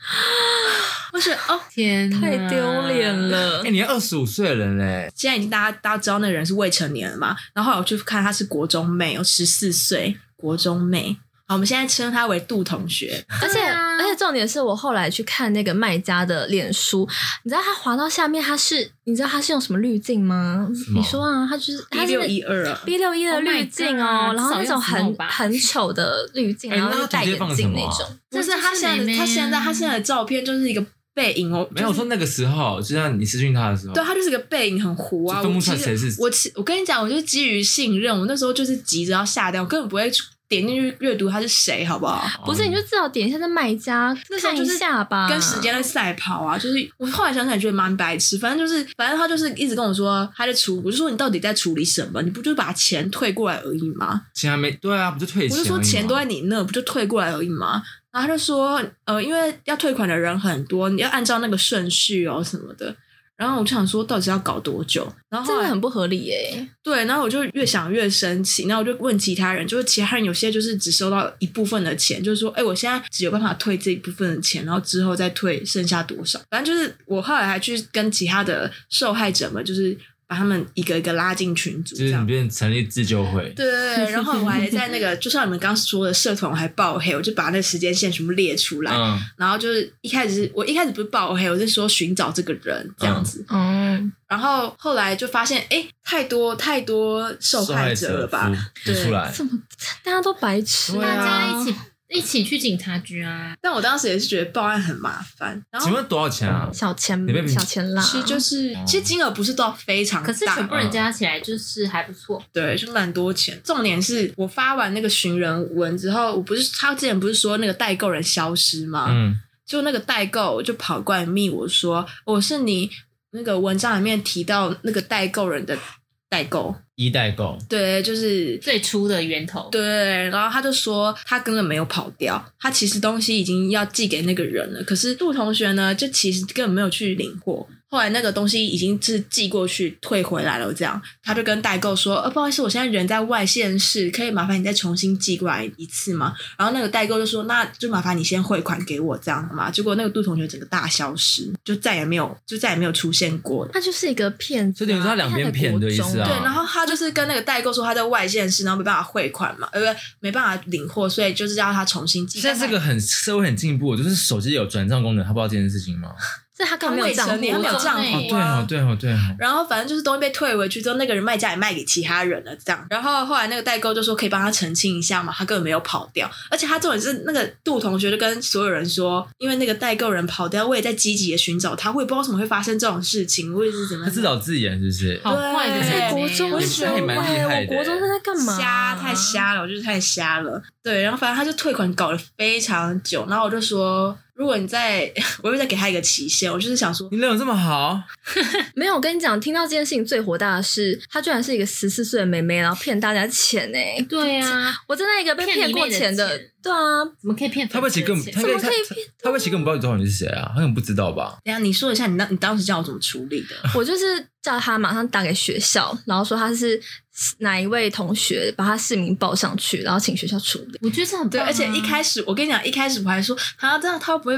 我觉得哦。天哪，太丢脸了哎，！你二十五岁的人嘞，现在已经大家大家知道那个人是未成年了嘛，然后后来我去看他是国中妹，有十四岁国中妹。好，我们现在称他为杜同学，而且、对啊而且重点是我后来去看那个卖家的脸书，你知道他滑到下面，他是你知道他是用什么滤镜吗？么你说啊，他就是一他是六一二啊， B 六一的 Oh my 滤镜哦 God，然后那种至少用很 Snow 吧很丑的滤镜，哎然后那又他戴直接眼放什镜么那啊种。就这是他就是现在妹的妹啊他现在他现在的照片就是一个背影哦，没有我说那个时候，就像你私讯他的时候，嗯对他就是个背影，很糊啊。就分不我出来其实谁是我其我跟你讲，我就是基于信任，我那时候就是急着要下单，我根本不会去点进去阅读他是谁，好不好？哦不是，你就至少点一下那卖家，那时候看就一是下吧。跟时间在赛跑啊，就是我后来想想也觉得蛮白痴，反正就是反正他就是一直跟我说他在处，我就说你到底在处理什么？你不就是把钱退过来而已吗？钱还没对啊，不就退我钱而已吗？就说钱都在你那，不就退过来而已吗？然后他就说，呃，因为要退款的人很多，你要按照那个顺序哦什么的。然后我就想说，到底是要搞多久？然后后真来的很不合理耶、对，然后我就越想越生气，然后我就问其他人，就是其他人有些就是只收到一部分的钱，就是说，哎，我现在只有办法退这一部分的钱，然后之后再退剩下多少。反正就是我后来还去跟其他的受害者们，就是把他们一个一个拉进群组，就这是你样。变成成立自救会，对对对，然后我还在那个，就像你们刚说的，社团我还爆黑，我就把那个时间线全部列出来，嗯，然后就是一开始是我一开始不是爆黑，我是说寻找这个人这样子，嗯，然后后来就发现，哎，太多太多受害者了吧？浮浮出来，怎么大家都白痴、对大啊家一起一起去警察局啊！但我当时也是觉得报案很麻烦，然请后问多少钱啊？小钱你被小钱啦，其实就是、其实金额不是到非常大，哦哦可是全部人嗯加起来就是还不错，对，就蛮多钱。重点是我发完那个寻人文之后，我不是他之前不是说那个代购人消失吗？嗯，就那个代购就跑过来密我说，我是你那个文章里面提到那个代购人的代购，一代购，对，就是最初的源头。对，然后他就说他根本没有跑掉，他其实东西已经要寄给那个人了。可是杜同学呢，就其实根本没有去领货。后来那个东西已经是寄过去退回来了，这样他就跟代购说：“呃，不好意思，我现在人在外县市，可以麻烦你再重新寄过来一次吗？”然后那个代购就说：“那就麻烦你先汇款给我，这样嘛。”结果那个杜同学整个大消失，就再也没有，就再也没有出现过。他就是一个骗子啊、所以等于说他两边骗的意思啊他在国中对，然后他就是跟那个代购说他在外县市，然后没办法汇款嘛，呃，不，没办法领货，所以就是要他重新寄。现在这个很社会很进步，就是手机有转账功能，他不知道这件事情吗？所以他根本没他未有账户成年，他没有账对哦，户对啊哦，。对哦，对哦，然后反正就是东西被退回去之后，那个人卖家也卖给其他人了，这样。然后后来那个代购就说可以帮他澄清一下嘛，他根本没有跑掉，而且他重点是那个杜同学就跟所有人说，因为那个代购人跑掉，我也在积极的寻找他，我也不知道为什么会发生这种事情，我也是怎么他样自导自演是不是？好坏的对在人国中也学那也蛮厉害欸，我的国中是在干嘛？瞎太。瞎了，我就是太瞎了。对，然后反正他就退款搞了非常久，然后我就说，如果你在，我又再 (laughs) 给他一个期限，我就是想说，你人有这么好？没有，我跟你讲，听到这件事情最火大的是，她居然是一个十四岁的妹妹，然后骗大家钱呢、哎对呀，我真的一个被骗过钱的，骗里面的对啊，怎么可以骗他会粉丝其的实根本钱他怎应么该可以他骗？他会其实根本不知道你到底是谁啊，他可能不知道吧？等一下哎你说一下你当你当时叫我怎么处理 (laughs) 的？我就是叫她马上打给学校，然后说她是哪一位同学，把她市名报上去，然后请学校处理。我觉得这很对，棒啊而且一开始我跟你讲，一开始我还说啊，这样他会不会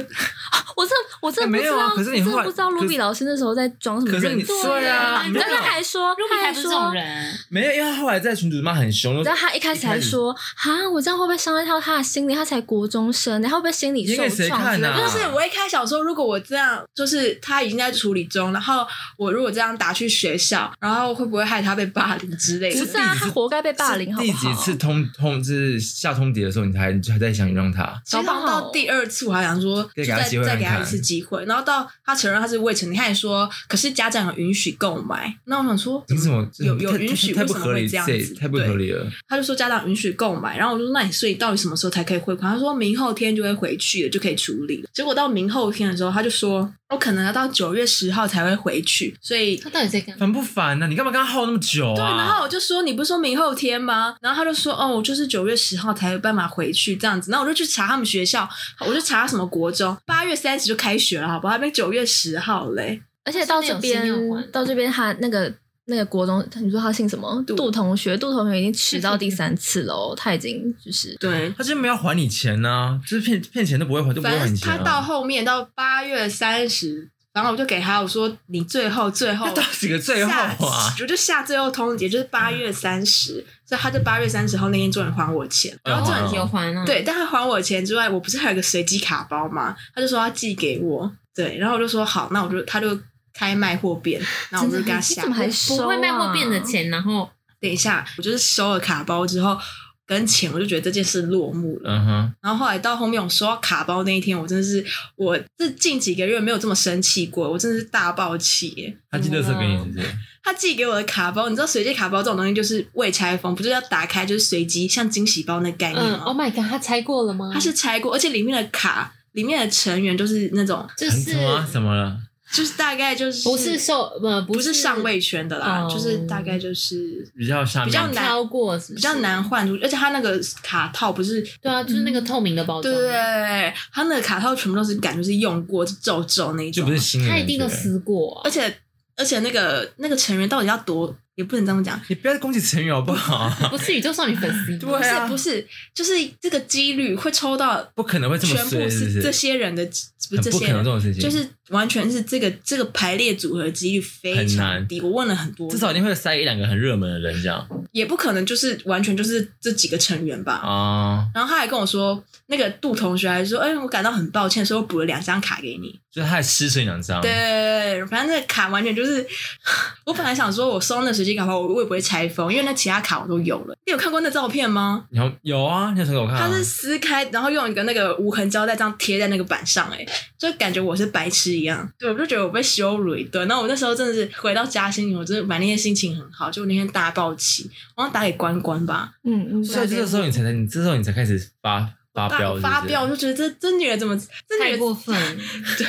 我真的我真的哎不知道，没有啊可是你我真后的来不知道卢比老师那时候在装什么可是人你设对啊，没但有他还说， Ruby 他才还不是这种说。人，没有，因为他后来在群主骂很凶，你知道他一开始还说啊，我这样会不会伤害到他的心理？他才国中生，然后会不会心理你受给谁创之看类的？啊就是我一开始想说，如果我这样，就是他已经在处理中，然后我如果这样打去学校，然后会不会害他被霸凌之类不的是？啊，他活该被霸凌，好第不几好？次通通是下通牒的时候，你才还在想让他？其实搞不好到第二次，我还想说，再就给他再机会再给他看一看次机会，然后到他承认他是未成年，他也说，可是家长有允许购买。那我想说，你怎么这有有太允许？太太为不什么合会理，这样这子？太不对合理了。他就说家长允许购买，然后我就说那你所以到底什么时候才可以汇款？他说明后天就会回去了，就可以处理了。结果到明后天的时候，他就说我可能要到九月十号才会回去，所以他到底在干嘛？烦不烦呢、你干嘛跟他耗那么久啊？对，然后我就说你不是说明后天吗？然后他就说哦，我就是九月十号才有办法回去这样子。那我就去查他们学校，我就查什么国中，八月三十就开学了，好不好？那边九月十号嘞，而且到是这那种边信用还，到这边他那个那个国中，你说他姓什么？杜杜同学，杜同学已经迟到第三次喽，他已经就是对。他今天没有还你钱呢、就是骗骗钱都不会还，都不会反还你正钱、啊。他到后面到八月三十，然后我就给他我说你最后最后他到几个 (laughs) 最后下，啊？我就下最后通牒就是八月三十，所以他在八月三十号那天终于还我钱，然后这哦很有还嗯啊？，对，但他还我钱之外，我不是还有个随机卡包吗？他就说要寄给我，对，然后我就说好，那我就他就开卖货变，然后我就跟他你下怎么还我收、啊？不会卖货变的钱，然后等一下，我就是收了卡包之后。跟钱，我就觉得这件事落幕了。嗯哼，然后后来到后面我收到卡包那一天，我真的是我这近几个月没有这么生气过，我真的是大爆气耶！他寄乐色给你是不是？他寄给我的卡包，你知道随机卡包这种东西就是未拆封，不就是要打开就是随机，像惊喜包那概念嗯吗？哦，Oh my god，他拆过了吗？它哎是拆过，而且里面的卡里面的成员都是那种，就很是怎么啊怎么了？就是大概就是不是受呃不不是上位圈的啦，哦就是大概就是比较下面比较难挑过是不比是较难换出，而且它那个卡套不是。对啊，就是那个透明的包对装，对对，对它那个卡套全部都是感觉是用过，是皱皱那一就种不是，新的他人。一定嗯对都不对撕过啊而。且而且那个那个成员到底要多，也不能这么讲，你不要再攻击成员好不 (laughs) 好？不是宇宙少女粉丝，对不是啊不是，就是这个几率会抽到不可能会这么全衰部是不是是这些人的，不是很这不些可能人这，种事情，就是完全是这个这个排列组合几率非常低。我问了很多人，至少一定会塞一两个很热门的人这样也不可能就是完全就是这几个成员吧。啊，然后他还跟我说，那个杜同学还说：“哎、我感到很抱歉，所以我补了两张卡给你。就是他还失身两张，对，反正那个卡完全就是， (laughs) 我本来想说我收那随机卡包，我我也不会拆封，因为那其他卡我都有了。你有看过那照片吗？你有有啊，你有传给我看、啊，它是撕开，然后用一个那个无痕胶带这样贴在那个板上、哎，就感觉我是白痴一样。对，我就觉得我被羞辱一顿。然后我那时候真的是回到家，心情我真的把那天心情很好，就我那天大爆气，我要打给关关吧。嗯嗯，所以啊啊这个时候你才你这时候你才开始发发大飙是不是，发飙，我就觉得这这女人怎么这女太人过分， (laughs) 对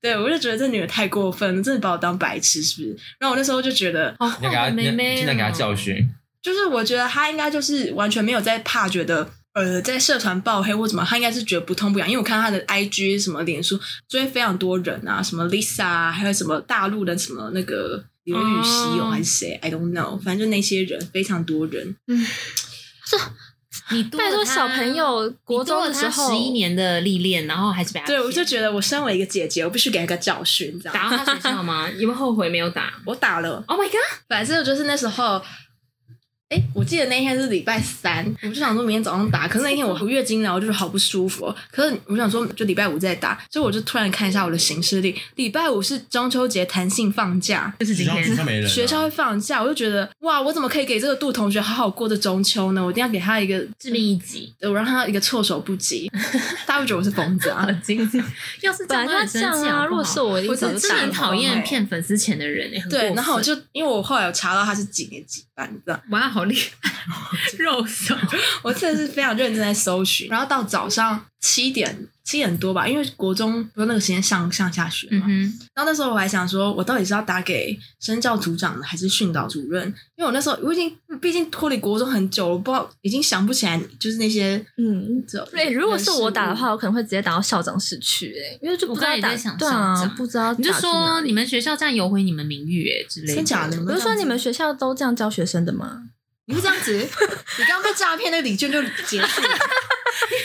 对，我就觉得这女人太过分了，真的把我当白痴是不是？然后我那时候就觉得，好你要给他，坏你的妹要啊妹哦，尽量给他教训。就是我觉得她应该就是完全没有在怕，觉得。呃，在社团爆黑或什么，她应该是觉得不痛不痒，因为我看她的 IG 什么脸书追非常多人啊，什么 Lisa 啊，还有什么大陆的什么那个刘禹锡哦，哦还是谁，I don't know，反正就那些人非常多人，你多了拜托他小朋友，国中的时候十一年的历练，然后还是被他对我骗就觉得我身为一个姐姐，我必须给她一个教训，你知道吗？打到他 (laughs) 学校吗？有没有后悔没有打我打了， ？Oh my god！反正就是那时候，哎，我记得那一天是礼拜三，我就想说明天早上打，可是那天我月经来，我就是好不舒服、哦。可是我想说，就礼拜五再打，所以我就突然看一下我的行事历，礼拜五是中秋节弹性放假，就是学今校天学校没人啊，学校会放假，我就觉得哇，我怎么可以给这个杜同学好好过这中秋呢？我一定要给他一个，致命一击，我让他一个措手不及，大家会觉得我是疯子啊好！精彩！要是这本来样就就要很生这气样啊！好不如果好是我，一定我早是就真的打很了讨厌骗粉丝钱的人、欸，很过对，分然后我就因为我后来有查到他是几年几班，你知道吗， (laughs) 哇，好厉害， (laughs) 肉手，我真的是非常认真在搜寻，然后到早上七点七点多吧，因为国中不是那个时间上上下学嗯嘛，哼，然后那时候我还想说，我到底是要打给身教组长呢，还是训导主任？因为我那时候我已经毕竟脱离国中很久了，我不知道已经想不起来就是那些嗯。这对，如果是我打的，话，我可能会直接打到校长室去、哎，因为就不知道我刚才打也在想对校啊长，不知道你就打去哪说里你们学校这样有毁你们名誉哎、欸、之类的，真假的？我我是说你们学校都这样教学生的吗？你是这 (laughs) 样子，你刚刚被诈骗那个礼券就结束了，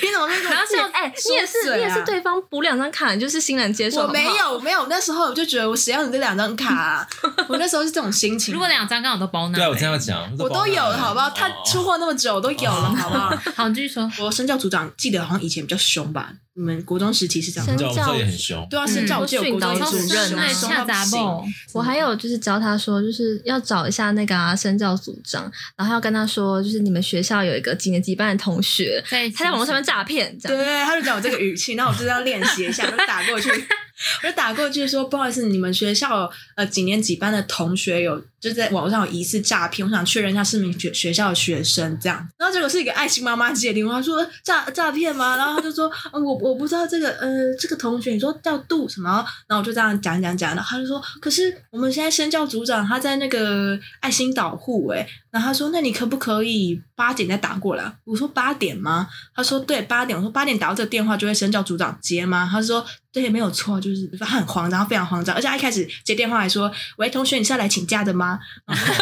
你怎么会跟我 (laughs) 然后像哎、你也说是嘴啊你也是对方补两张卡，你就是欣然接我受。好不没好，有没有，那时候我就觉得我谁要你这两张卡、 (laughs) 啊，我那时候是这种心情。如果两张刚好都包纳，对啊，我正要讲，我都有了，好不好？他哦出货那么久，我都有了，好不 (laughs) 好？好，你继续说，我身教组长记得好像以前比较凶吧？你们国中时期是这样吗身？教授也很凶，对啊，身教我记得我国中嗯有主任啊对凶下到不杂行。报，我还有就是教他说，就是要找一下那个啊身教组长，然后要跟他说，就是你们学校有一个几年级班的同学，在他在网络上面诈骗，这样对，他就讲我这个语气，然后我就这样练习一 (laughs) 下，我就打过去，我就打过去说，不好意思，你们学校呃几年几班的同学有就在网上有疑似诈骗，我想确认一下是不是学学校的学生这样。然后结果是一个爱心妈妈接电话说诈诈骗吗？然后他就说，呃、我我不知道这个呃这个同学，你说叫杜什么？然后我就这样讲讲讲，然后他就说，可是我们现在身教组长他在那个爱心岛户哎、欸然后他说：“那你可不可以八点再打过来？”我说：“八点吗？”他说：“对，八点。”我说：“八点打到这个电话就会先叫组长接吗？”他说：“对，没有错，就是他很慌张，他非常慌张，而且他一开始接电话还说：‘喂，同学，你是要来请假的吗？’ (laughs) 然后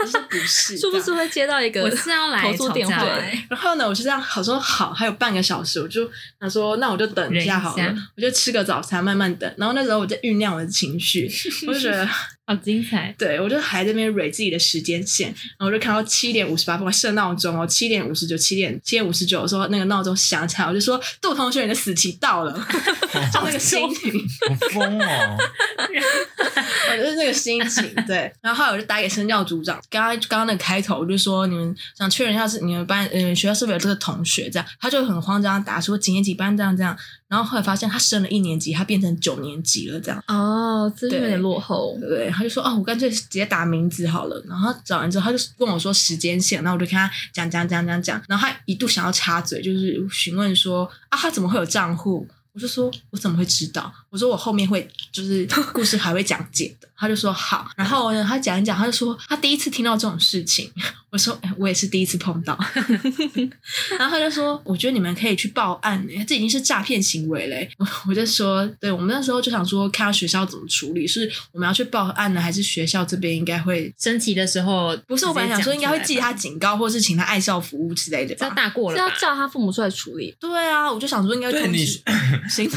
我就说：‘不 (laughs) 是。’殊不知会接到一个我是要来投诉吵电架话，的哎然后呢，我就这样好说好，还有半个小时，我就想说，那我就等一下好了，忍一下我就吃个早餐，慢慢等。然后那时候我在酝酿我的情 (laughs) 绪，我就觉得好精彩，对，我就还在那边蕊自己的时间线，然后我就看到七点五十八分，我设闹钟哦，七点五十九，七点七点五十九，我说那个闹钟响起来，我就说杜同学，你的死期到 (laughs) 了，就那个心情，好疯哦！我哦就是那个心情，对。 (laughs) 然后后来我就打给身教组长，刚刚刚刚那个开头我就说你们想确认一下是你们班嗯学校是不是有这个同学这样，他就很慌张地打说几年级班这样这样，然后后来发现他升了一年级，他变成九年级了这样。哦，资讯有点对落后。对，他就说哦，我干脆直接打名字好了。然后他找完之后，他就跟我说时间线，然后我就跟他讲讲讲讲讲，然后他一度想要插嘴，就是询问说啊，他怎么会有账户？我就说，我怎么会知道？我说我后面会，就是故事还会讲解的。他就说好，然后呢，他讲一讲，他就说他第一次听到这种事情。 (laughs) 我说，哎、我也是第一次碰到。 (laughs) 然后他就说：“我觉得你们可以去报案、欸，这已经是诈骗行为嘞、我我就说：“对，我们那时候就想说，看到学校怎么处理，是我们要去报案呢，还是学校这边应该会？升旗的时候不是，我本来想说应该会记他，警告，或是请他爱校服务之类的这要吧。”大过是了要吧，叫他父母出来处理，对啊，我就想说应该会对通你 (laughs) 知 (laughs) 行，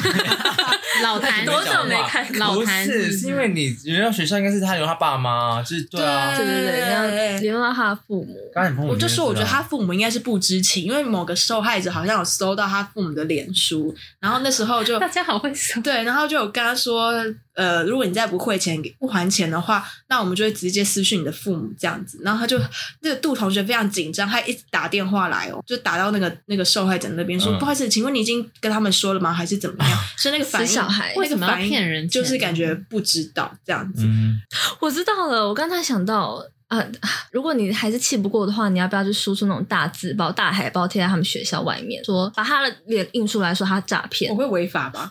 (laughs) 老谭多久没看过老不谭是，是因为你人家学校应该是他留他爸妈，就是对啊。对对对，要联络到他的父母。刚才你碰我就说，我觉得他他父母应该是不知情，因为某个受害者好像有搜到他父母的脸书，然后那时候就大家好会 (laughs) 说，对，然后就有跟他说，呃，如果你再不汇钱、不还钱的话，那我们就会直接私讯你的父母这样子。然后他就那个杜同学非常紧张，他一直打电话来哦，就打到那个那个受害者那边说，嗯不好意思，请问你已经跟他们说了吗？还是怎么样？所以那个反应，死小孩那为个什啊么要反应骗人就是钱感觉不知道这样子。嗯，我知道了，我刚才想到啊、如果你还是气不过的话，你要不要就输出那种大字报、大海报贴在他们学校外面，说把他的脸印出来，说他诈骗我？会违法吧？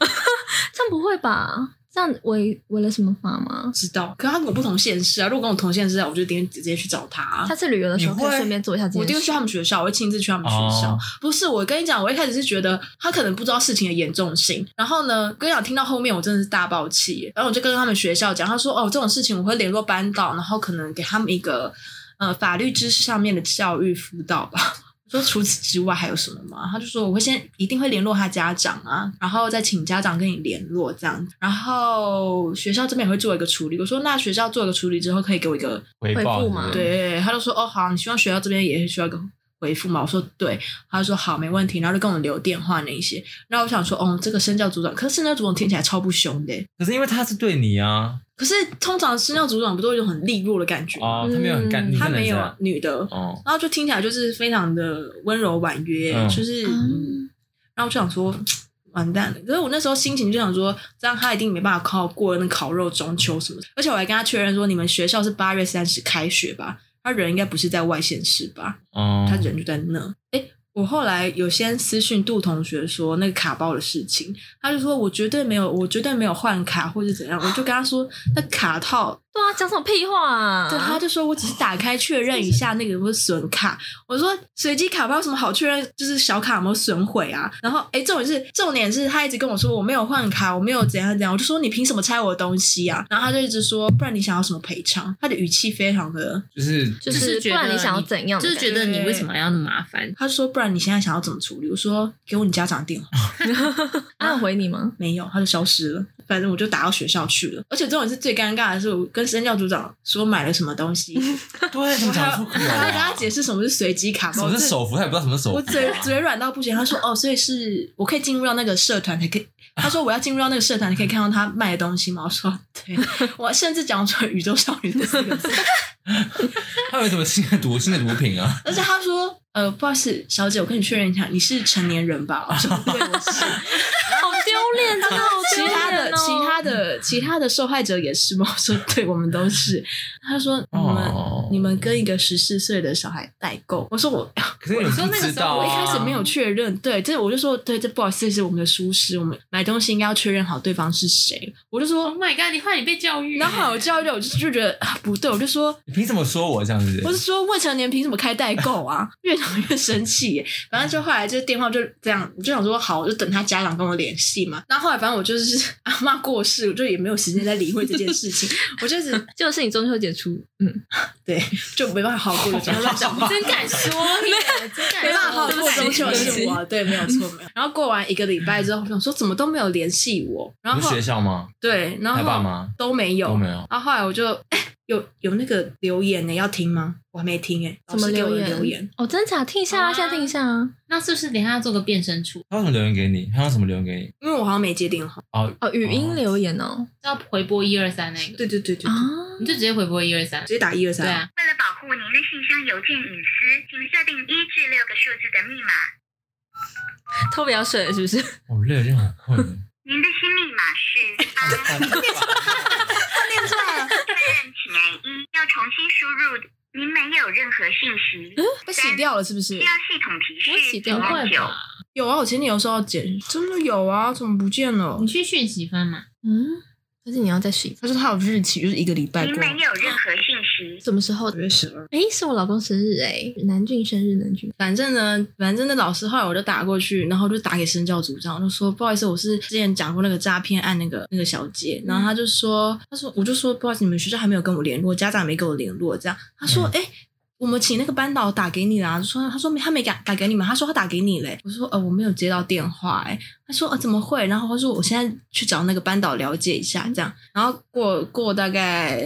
这样不会吧？这样违违了什么法吗？知道，可他跟我不同县市啊。如果跟我同县市啊，我就直接直接去找他啊、下次旅游的时候你可会以顺便做一下这我一定件会去事他。们学校，我会亲自嗯去他们学校。哦不是，我跟你讲，我一开始是觉得他可能不知道事情的严重性，然后呢，跟你讲，听到后面我真的是大爆气耶，然后我就跟他们学校讲，他说哦，这种事情我会联络班导，然后可能给他们一个呃法律知识上面的教育辅导吧。 (laughs) 说除此之外还有什么吗？他就说我会先一定会联络他家长啊，然后再请家长跟你联络这样。然后学校这边也会做一个处理。我说那学校做一个处理之后，可以给我一个回回报复嘛是不是对，他就说哦好，你希望学校这边也需要一个回复嘛？我说对，他就说好，没问题，然后就跟我留电话那一些。然后我想说，哦，这个身教组长，可是身教组长听起来超不凶的欸。可是因为他是对你啊，可是通常身教组长不都有一种很利落的感觉吗？哦，他没有很干，嗯你他不能没有这啊样女的，哦，然后就听起来就是非常的温柔婉约，嗯就是，嗯然后我就想说，完蛋了。可是我那时候心情就想说，这样他一定没办法考过那烤肉中秋什么的。而且我还跟他确认说，你们学校是八月三十开学吧？他人应该不是在外县市吧？哦，他人就在那。哎，我后来有先私讯杜同学说那个卡包的事情，他就说我绝对没有，我绝对没有换卡或是怎样。我就跟他说，那卡套对啊，讲什么屁话 (laughs) 啊？对，他就说我只是打开确认一下那个有没有损卡。我说随机卡包有什么好确认？就是小卡有没有损毁啊？然后哎，重点是重点是他一直跟我说我没有换卡，我没有怎样怎样。我就说你凭什么拆我的东西啊？然后他就一直说不然你想要什么赔偿？他的语气非常的，就是就就是是不觉得然你想要你怎样的就感是觉？觉得你为什么要那么麻烦？他就说不然你现在想要怎么处理？我说给我你家长电话， (laughs) 他有回 (laughs) 你吗？没有，他就消失了。反正我就打到学校去了。而且重点是最尴尬的是，我跟身教组长说买了什么 (laughs) 东西，对，怎么我还讲要出口我还要跟他啊？解释什么是随机卡什包，么是这手幅？他也不知道什么是手我幅。嘴嘴软到不行，他说哦，所以是我可以进入到那个社团才可以。他说我要进入到那个社团，你可以看到他卖的东西吗？我说对，我甚至讲出了宇宙少女这四个字。 (laughs) 他有什么新的毒新的毒品 (laughs) 啊？而且他说呃，不好意思，小姐，我跟你确认一下，你是成年人吧？我 (laughs) 说对，我是。好丢脸，真的好其丢他的脸哦！其他的其他的受害者也是吗？我说对，我们都是。他说你们、哦你们跟一个十四岁的小孩代购，我说我可是你们说不那个知时候道我一啊，开始没有确认，对，这我就说，对，这不好意思，这是我们的疏失，我们买东西应该要确认好对方是谁。我就说，Oh my god！你怕你被教育？然后后来我 (laughs) 教育我就就觉得、啊、不对，我就说，你凭什么说我这样子？我是说未成年凭什么开代购啊？ (laughs) 越想越生气耶，反正就后来就电话就这样，我就想说好，我就等他家长跟我联系嘛。然后后来反正我就是 (laughs) 阿妈过世，我就也没有时间再理会这件事情，我就是就是你中秋节出，嗯，对，就没办法好好过了，没办法真敢说你，真敢说没办法好好过中秋对不起是我，对，没有错，没有。然后过完一个礼拜之后，我想说怎么都没有联系我，然你是后学校吗？对，然还后爸妈都没有，都没有。然后后来我就、哎有有那个留言呢，要听吗？我还没听哎、怎么老师给我的言？留言？哦，真假？听一下啊，好啊现在听一下啊。那是不是等一下要做个变身处？他用什么留言给你？他用什么留言给你？因为我好像没接电话。哦，哦，语音留言哦。要回拨一二三那个？对对对对啊对，你就直接回拨一二三。直接打一二对三。啊，为了保护您的信箱邮件隐私，请设定一至六个数字的密码。啊偷不了水了是不是？好累，我觉得哦很困。您的新密码是 (laughs) 八，他念出来了，确认请按一，要重新输入。您没有任何信息，被洗掉了是不是需？要系统提我示，啊洗掉请了按九。有啊，我前天有收到简，真的有啊，怎么不见了你？去讯息翻嘛？嗯，但是你要再洗一次。他说他有日期，就是一个礼拜您过，没有任何信息。什么时候九？月十二。诶，是我老公生日诶，南俊生日，南俊。反正呢，反正那老师后来我就打过去，然后就打给身教组长，我就说不好意思，我是之前讲过那个诈骗案那个那个小姐，然后他就说，他说我就说不好意思，你们学校还没有跟我联络，家长也没跟我联络，这样他说哎。诶我们请那个班导打给你啦，说他说没他没打打给你们，他说他打给你嘞。我说呃我没有接到电话哎、他说呃怎么会？然后他说我现在去找那个班导了解一下这样。然后过过大概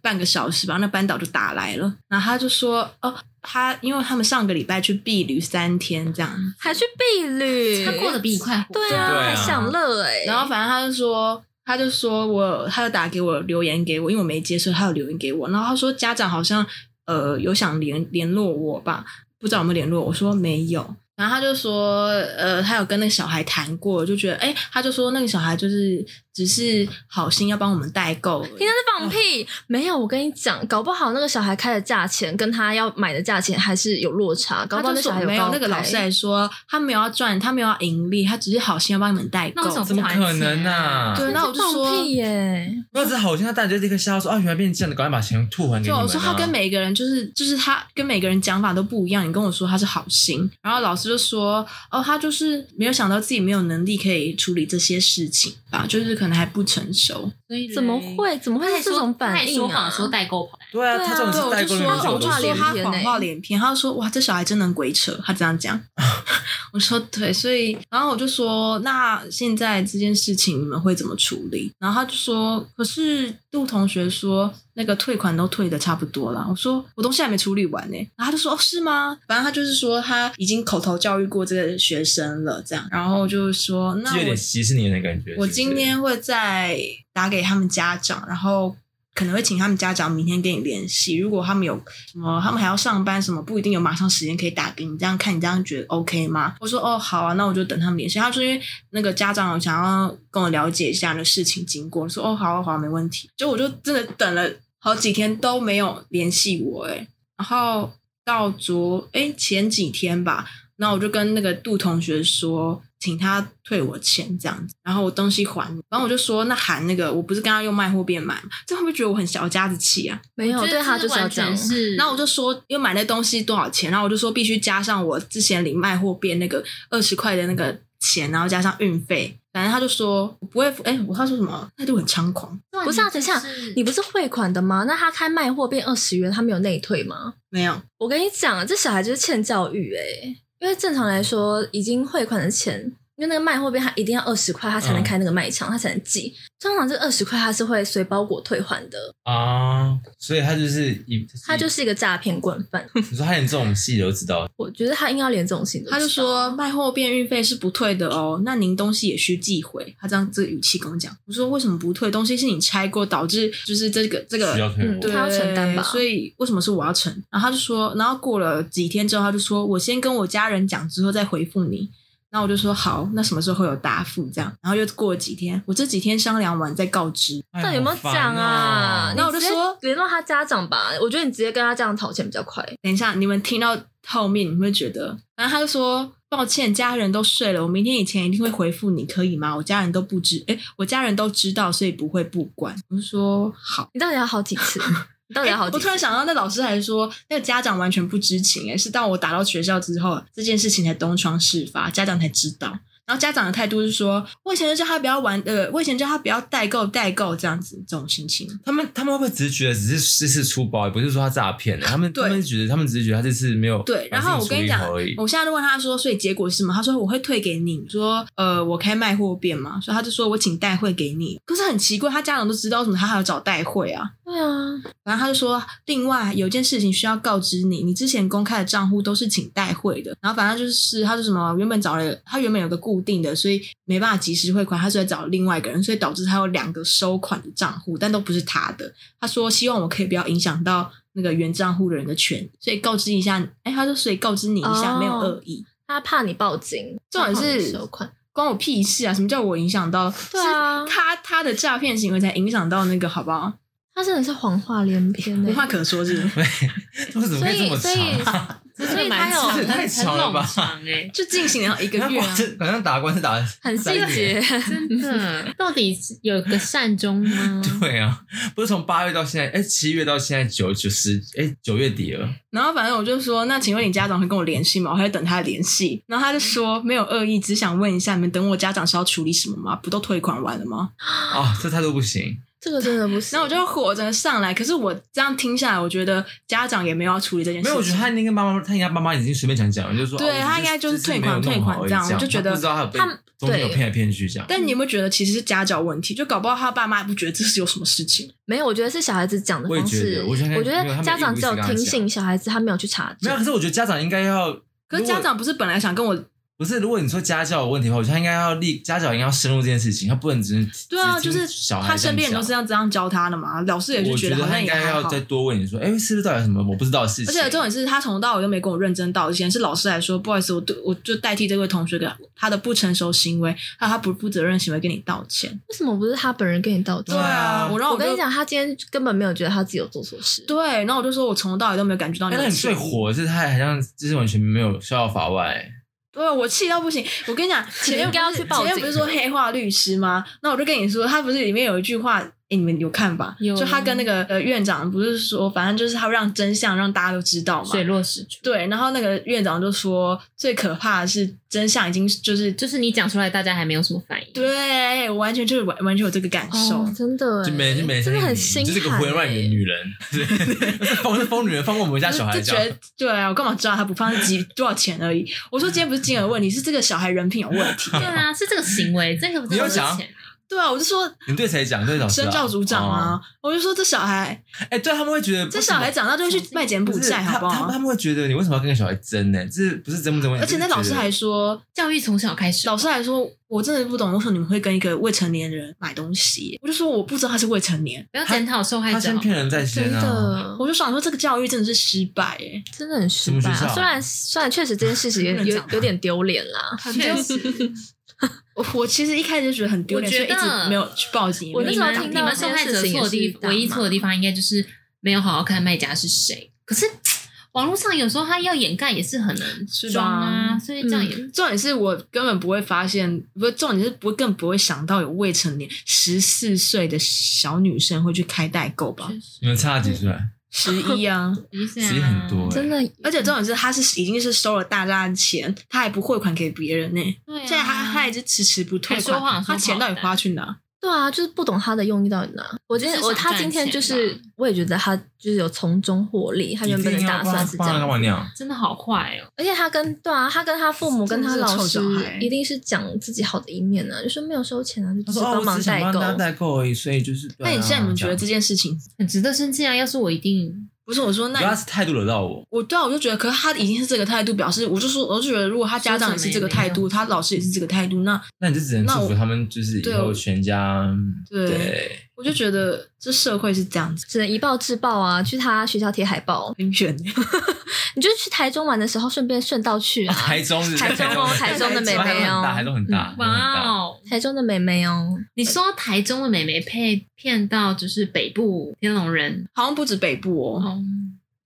半个小时吧，那班导就打来了，然后他就说哦他因为他们上个礼拜去避旅三天这样，还去避旅，他过得比你快活。对对啊，啊还享乐诶。然后反正他就说，他就说我，他就打给我留言给我，因为我没接，所以他有留言给我。然后他说家长好像呃有想联联络我吧，不知道有没有联络我。我说没有。然后他就说，呃，他有跟那个小孩谈过，就觉得，哎，他就说那个小孩就是只是好心要帮我们代购而已，听他在放屁，没有。我跟你讲，搞不好那个小孩开的价钱跟他要买的价钱还是有落差，搞他不就好那小说孩没高有那个老开师还说他没有要赚，他没有要盈利，他只是好心要帮你们代购那为什。么怎么可能啊？对，那我就放说，屁耶！那只好心，他当然就立刻吓到说啊，原来变这样的，赶快把钱吐还给你就们啊。我说他跟每个人就是就是他跟每个人讲法都不一样，你跟我说他是好心，然后老师就说哦他就是没有想到自己没有能力可以处理这些事情，吧，就是可能还不成熟。所以嘞怎么？会怎么会他还是这说种他反还应说啊谎？说代购跑来，对啊，对啊他这种对，是我代就购说的我我就都我说说信他他谎谎话话连连篇，他就说哇，这小孩真能鬼扯，他这样讲。 (laughs) 我说对，所以然后我就说，那现在这件事情你们会怎么处理？然后他就说，可是陆同学说那个退款都退的差不多了。我说我东西还没处理完呢、然后他就说哦是吗？反正他就是说他已经口头教育过这个学生了，这样。然后就说那就有我点歧视你的感觉。我是不是今天会再打给他们家长，然后可能会请他们家长明天跟你联系。如果他们有什么，他们还要上班什么，不一定有马上时间可以打给你。这样看你这样觉得 OK 吗？我说哦好啊，那我就等他们联系。他说因为那个家长想要跟我了解一下那事情经过，我说哦好啊好啊没问题。就我就真的等了好几天都没有联系我诶、然后到昨诶前几天吧，那我就跟那个杜同学说，请他退我钱这样子，然后我东西还你。然后我就说，那喊那个，我不是跟他用卖货变买吗？这会不会觉得我很小家子气啊？没有，我觉对得他就是要完这样全。是。然后我就说，因为买那东西多少钱，然后我就说必须加上我之前领卖货变那个二十块的那个钱，然后加上运费。反正他就说我不会付，哎、我他说什么？态度很猖狂，哇不是啊，你等一真下，你不是汇款的吗？那他开卖货变二十元，他没有内退吗？没有，我跟你讲，这小孩就是欠教育哎、因为正常来说，已经汇款的钱，因为那个卖货变他一定要二十块，他才能嗯开那个卖场，他才能寄。通常这二十块他是会随包裹退还的，啊，所以他就是一，他就是一个诈骗惯犯。你说他连这种戏都知道，我觉得他硬要连这种情都知道，他就说卖货变运费是不退的哦，那您东西也需寄回。他这样这个语气跟我讲，我说为什么不退？东西是你拆过，导致就是这个这个需要退嗯货。对他要承担吧所以为什么是我要承？然后他就说，然后过了几天之后，他就说我先跟我家人讲，之后再回复你。然后我就说好，那什么时候会有答复？这样，然后又过了几天，我这几天商量完再告知。哎到底有没有讲好啊？烦哦那我就你直接说联络他家长吧，我觉得你直接跟他家长讨钱比较快。等一下，你们听到后面，你们会觉得，然后他就说抱歉，家人都睡了，我明天以前一定会回复你，可以吗？我家人都不知，哎，我家人都知道，所以不会不管。我就说好。你到底要好几 (laughs) 次？你到底要好欸几我次？突然想到，那老师还说，那个家长完全不知情、欸，哎，是到我打到学校之后，这件事情才东窗事发，家长才知道。然后家长的态度是说，我以前就叫他不要玩，呃，我以前叫他不要代购，代购这样子这种心情。他们他们会不会只是觉得只是这次出包，也不是说他诈骗的？他们对他们觉得他们只是觉得他这次没有对，把然事情后我跟处你理讲好而已， (laughs) 我现在就问他说，所以结果是什么？他说我会退给你，说呃，我开卖货店嘛，所以他就说我请代汇给你。可是很奇怪，他家长都知道，为什么他还要找代汇啊？对啊，然后他就说，另外有件事情需要告知你，你之前公开的账户都是请代汇的，然后反正就是他说什么原本找了他原本有个固定的，所以没办法及时汇款，他是在找另外一个人，所以导致他有两个收款的账户，但都不是他的。他说希望我可以不要影响到那个原账户的人的权益，所以告知一下，哎，他说所以告知你一下，哦没有恶意。他怕你报警，重点他怕你是收款。关我屁事啊！什么叫我影响到？对啊是他他的诈骗行为才影响到那个，好不好？他真的是谎话连篇欸无话可说，是不是？ (laughs) 为什么所可以这以么所长以啊？所以他这有也太很长了吧冗长 (laughs) 哎，就进行了一个月、啊，好像打官司打了很细三年节，真的，嗯到底有个善终吗？ (laughs) 对啊，不是从八月到现在，哎、七月到现在九九十，哎，九月底了，然后反正我就说，那请问你家长会跟我联系吗？我还在等他联系。然后他就说没有恶意，只想问一下，你们等我家长是要处理什么吗？不都退款完了吗？啊、这态度不行，这个真的不行。然后我就火着上来。可是我这样听下来，我觉得家长也没有要处理这件事没情。有，我觉得他应该跟妈妈，他应该妈妈已经随便讲讲，就说对哦我他只应该就是只退没有款弄退款好而已这这样我就觉得他不知道他有被他们中间有对骗来骗去这样，但你有没有觉得其实是家教问题？就搞不好他爸妈也不觉得这是有什么事情。没有，我觉得是小孩子讲的我也方觉式。得我觉得他我觉没有他得们家长一只定有是跟他听信小孩子，他没有去查没有，可证。是我觉得家长应该要，可如是果家长不是本来想跟我不是，如果你说家教有问题的话，我觉得他应该要立家长应该要深入这件事情，他不能只是对啊，只就听是小孩他身边人都是这这样样这样教他的嘛，老师也讲。就我觉觉得得好他像应也该还要好再。多问你说，哎，是不是到底有什么我不知道的事情？而且重点是他从头到尾都没跟我认真道歉，是老师来说，不好意思，我对我就代替这位同学的他的不成熟行为，还有他不负责任行为跟你道歉。为什么不是他本人跟你道歉？对啊我然后我就跟你，讲，他今天根本没有觉得他自己有做错事。对，然后我就说我从头到尾都没有感觉到哎，你那的你气最，火的是他好像就是完全没有逍遥法外、对我气到不行。我 (laughs) 跟你讲，前面应该要去报前警面不是说黑化律师吗？那我就跟你说，他不是里面有一句话。哎，你们有看吧？有就他跟那个呃院长不是说，反正就是他让真相让大家都知道嘛。水落石出。对，然后那个院长就说，最可怕的是真相已经就是就是你讲出来，大家还没有什么反应。啊对，我完全就是完完全有这个感受。哦，真的欸，就没人就没人相真信的很你，心你欸就是个婚外女女，女人， (laughs) 对，疯是疯女人，放过我们家小孩欸就这觉样得。对啊，我干嘛知道他不放是几多少钱而已？我说今天不是金额问题，是这个小孩人品有问 (laughs) 题。对啊，是这个行为，这个你有讲钱对啊，我就说你对谁讲？对老师啊生教组长啊，我就说这小孩，哦？哎，对他们会觉得这小孩长大就会去卖柬不埔是寨，他好不他们好他？们会觉得你为什么要跟个小孩争呢？这不是争不争问题，而且那就是老师觉得还说，教育从小开始，老师还说，我真的不懂为什么你们会跟一个未成年人买东西。我就说我不知道他是未成年，不要检讨受害他者先。骗人在真先啊。的，我就想说这个教育真的是失败哎、真的很失什么败、学校啊。啊虽然虽然确实这件事 (laughs) 情有不能有讲吧有点丢脸 (laughs) 啦，确实，我我其实一开始就觉得很丢脸，我所以觉一得直没有去报警。也我没那有你时候们去打听你到电们话受害者错的地，唯一错的地方应该就是没有好好看卖家是谁。可是网络上有时候他要掩盖也是很能装啊，所以这样也嗯重点是我根本不会发现，不是重点是不会更不会想到有未成年十四岁的小女生会去开代购嗯 (laughs) 吧？你们差几岁？十一啊，意思其实很多欸真的而且重点是她是已经是收了大家的钱，她还不汇款给别人呢、对啊，现在她她还是迟迟不退还说款谎，她说钱到底谎花去哪？对啊，就是不懂他的用意到底哪。我今天就是我想他赚今天钱就是吧，我也觉得他就是有从中获利，他一原定本的要打帮算是这帮他干样。嘛那样？真的好坏哦。而且他跟对啊，他跟他父母真跟的他是老臭师小孩一定是讲自己好的一面啊，就说没有收钱啊，就他只是说：“哦，帮我忙只想代帮购。大家代购而已，所以就是……啊啊那你现在你们觉得这件事情很值得生气啊！要是我一定不是我说主那要啊你啊是态度惹到我，我对啊，我就觉得，可是他已经是这个态度，表示我就说，我就觉得，如果他家长也是这个态度，说他老师也是这个态度，那那你就只能那我祝福他们，就是以对后我全家对 (laughs) 对。”我就觉得这社会是这样子，只能以暴制暴啊！去他学校贴海报，很远。 (laughs) 你就去台中玩的时候顺便顺道去啊。台中是台中哦台中的妹妹嗯哦台中很大，台中很大，哇哦！台中的妹妹哦，你说台中的美眉被骗到就是北部天龙人好像不止北部哦，哦，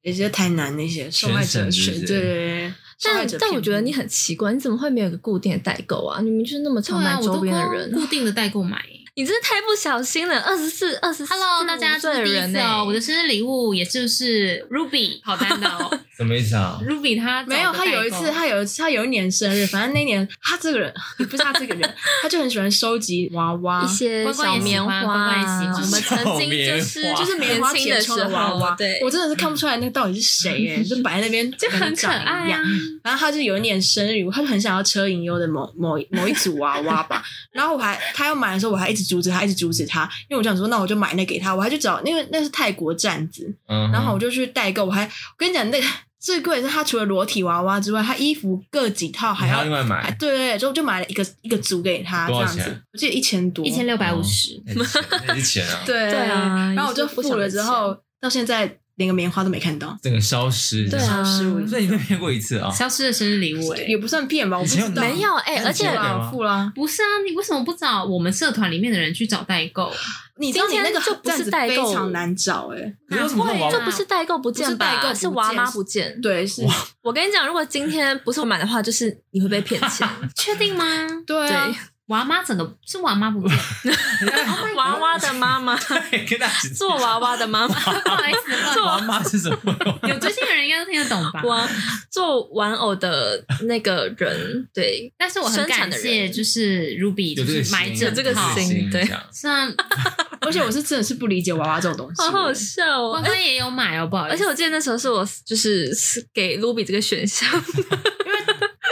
也是台南那些受害者全省是群，不对是对对。受害但者但我偏觉得多你很奇怪，你怎么会没有一个固定的代购啊？你们就是那么常对啊，买我都周边的跟人，固定的代购买。你真是太不小心了。二十四、二十 Hello，大家这这的是第一人欸次呢、哦，我的生日礼物也就是 (laughs) Ruby 跑单的哦什么意思啊？ ，Ruby 她找的没有，他有一代购次，他有一次，他有一年生日，反正那年他这个人也不是他这个人，他就很喜欢收集娃娃啊一，些乖乖也小喜棉花欢乖乖也喜啊，欢我们曾经就小是棉花就是棉花年轻的填充时的娃候啊娃，，对，我真的是看不出来那个到底是谁 (laughs) 耶，就摆在那边就很可长一爱样啊。。然后他就有一年生日，他就很想要车银优的某某某一组娃娃吧。然后我还他要买的时候，我还一直阻止他，一直阻止他，因为我想说，那我就买那给他。我还去找，因为那是泰国站子，嗯，然后我就去代购。我还我跟你讲，那个最贵的是他除了裸体娃娃之外，他衣服各几套还还要要另。外还买，对对对，就就买了一个一个组给他，这多少样子钱，我记得一千多，一千六百五十，那是钱那是钱啊，对对啊然后我也是就不小付了的之钱后，到现在连个棉花都没看到，整个消失。对啊，所以你被骗过一次啊？消失的生日礼物哎也。不算骗吧，我不以知前道，有拿没有哎、而且很奇付怪啦我付啦，不是啊，你为什么不找我们社团里面的人去找代购？你知道你那个今天就不是站子代购非常难找哎、可是为什么哪娃会这啊娃不是代购哦不见吧？不是代购不见是娃妈不见。对，是，我跟你讲，如果今天不是我买的话，就是你会被骗 (laughs) 钱。确定吗？对啊，娃妈整个是娃妈 (laughs) 不见，对，娃娃的妈妈， (laughs) 跟大家解释做娃娃的妈妈，不好意思，娃妈是什么？有追星的人应该都听得懂吧？玩做玩偶的那个人，对，但是我很生产感的谢，人就是 Ruby 有就这个是心买整这个套，心对这样是啊，而且我是真的是不理解娃娃这种东西，好好笑关哦。关也有买哦，不好意思，而且我记得那时候是我就是是给 Ruby 这个选项，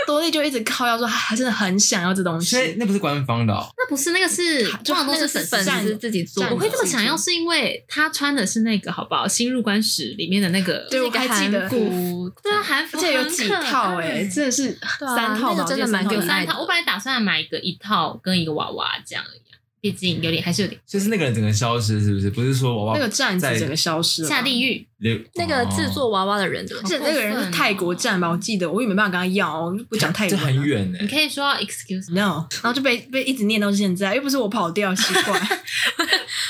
多莉就一直靠要说她她真的很想要这东所以西，那不是官方的哦，那不是那个是，通常都那是个粉是丝粉站丝自己做的。我会这么想要，是因为他穿的是那个，好不好？《新入关史》里面的那个，对我还记得那个韩服，对啊，韩服而且有很几可套哎、爱真的是对啊三套那吧，个真的我记得蛮三有套可爱三的套。我本来打算买个一套跟一个娃娃这样而已啊，毕竟有点还是有点就是那个人整个消失，是不是？不是说娃娃那个站子整个消失了吧下地狱。留哦那个制作娃娃的人的而且那个人是泰国站吧，我记得我也没办法跟他要哦，我就不讲泰这文、很。远呢哎你。可以说 excuse me， No，然后就被被一直念到现在，又不是我跑掉，奇怪， (laughs)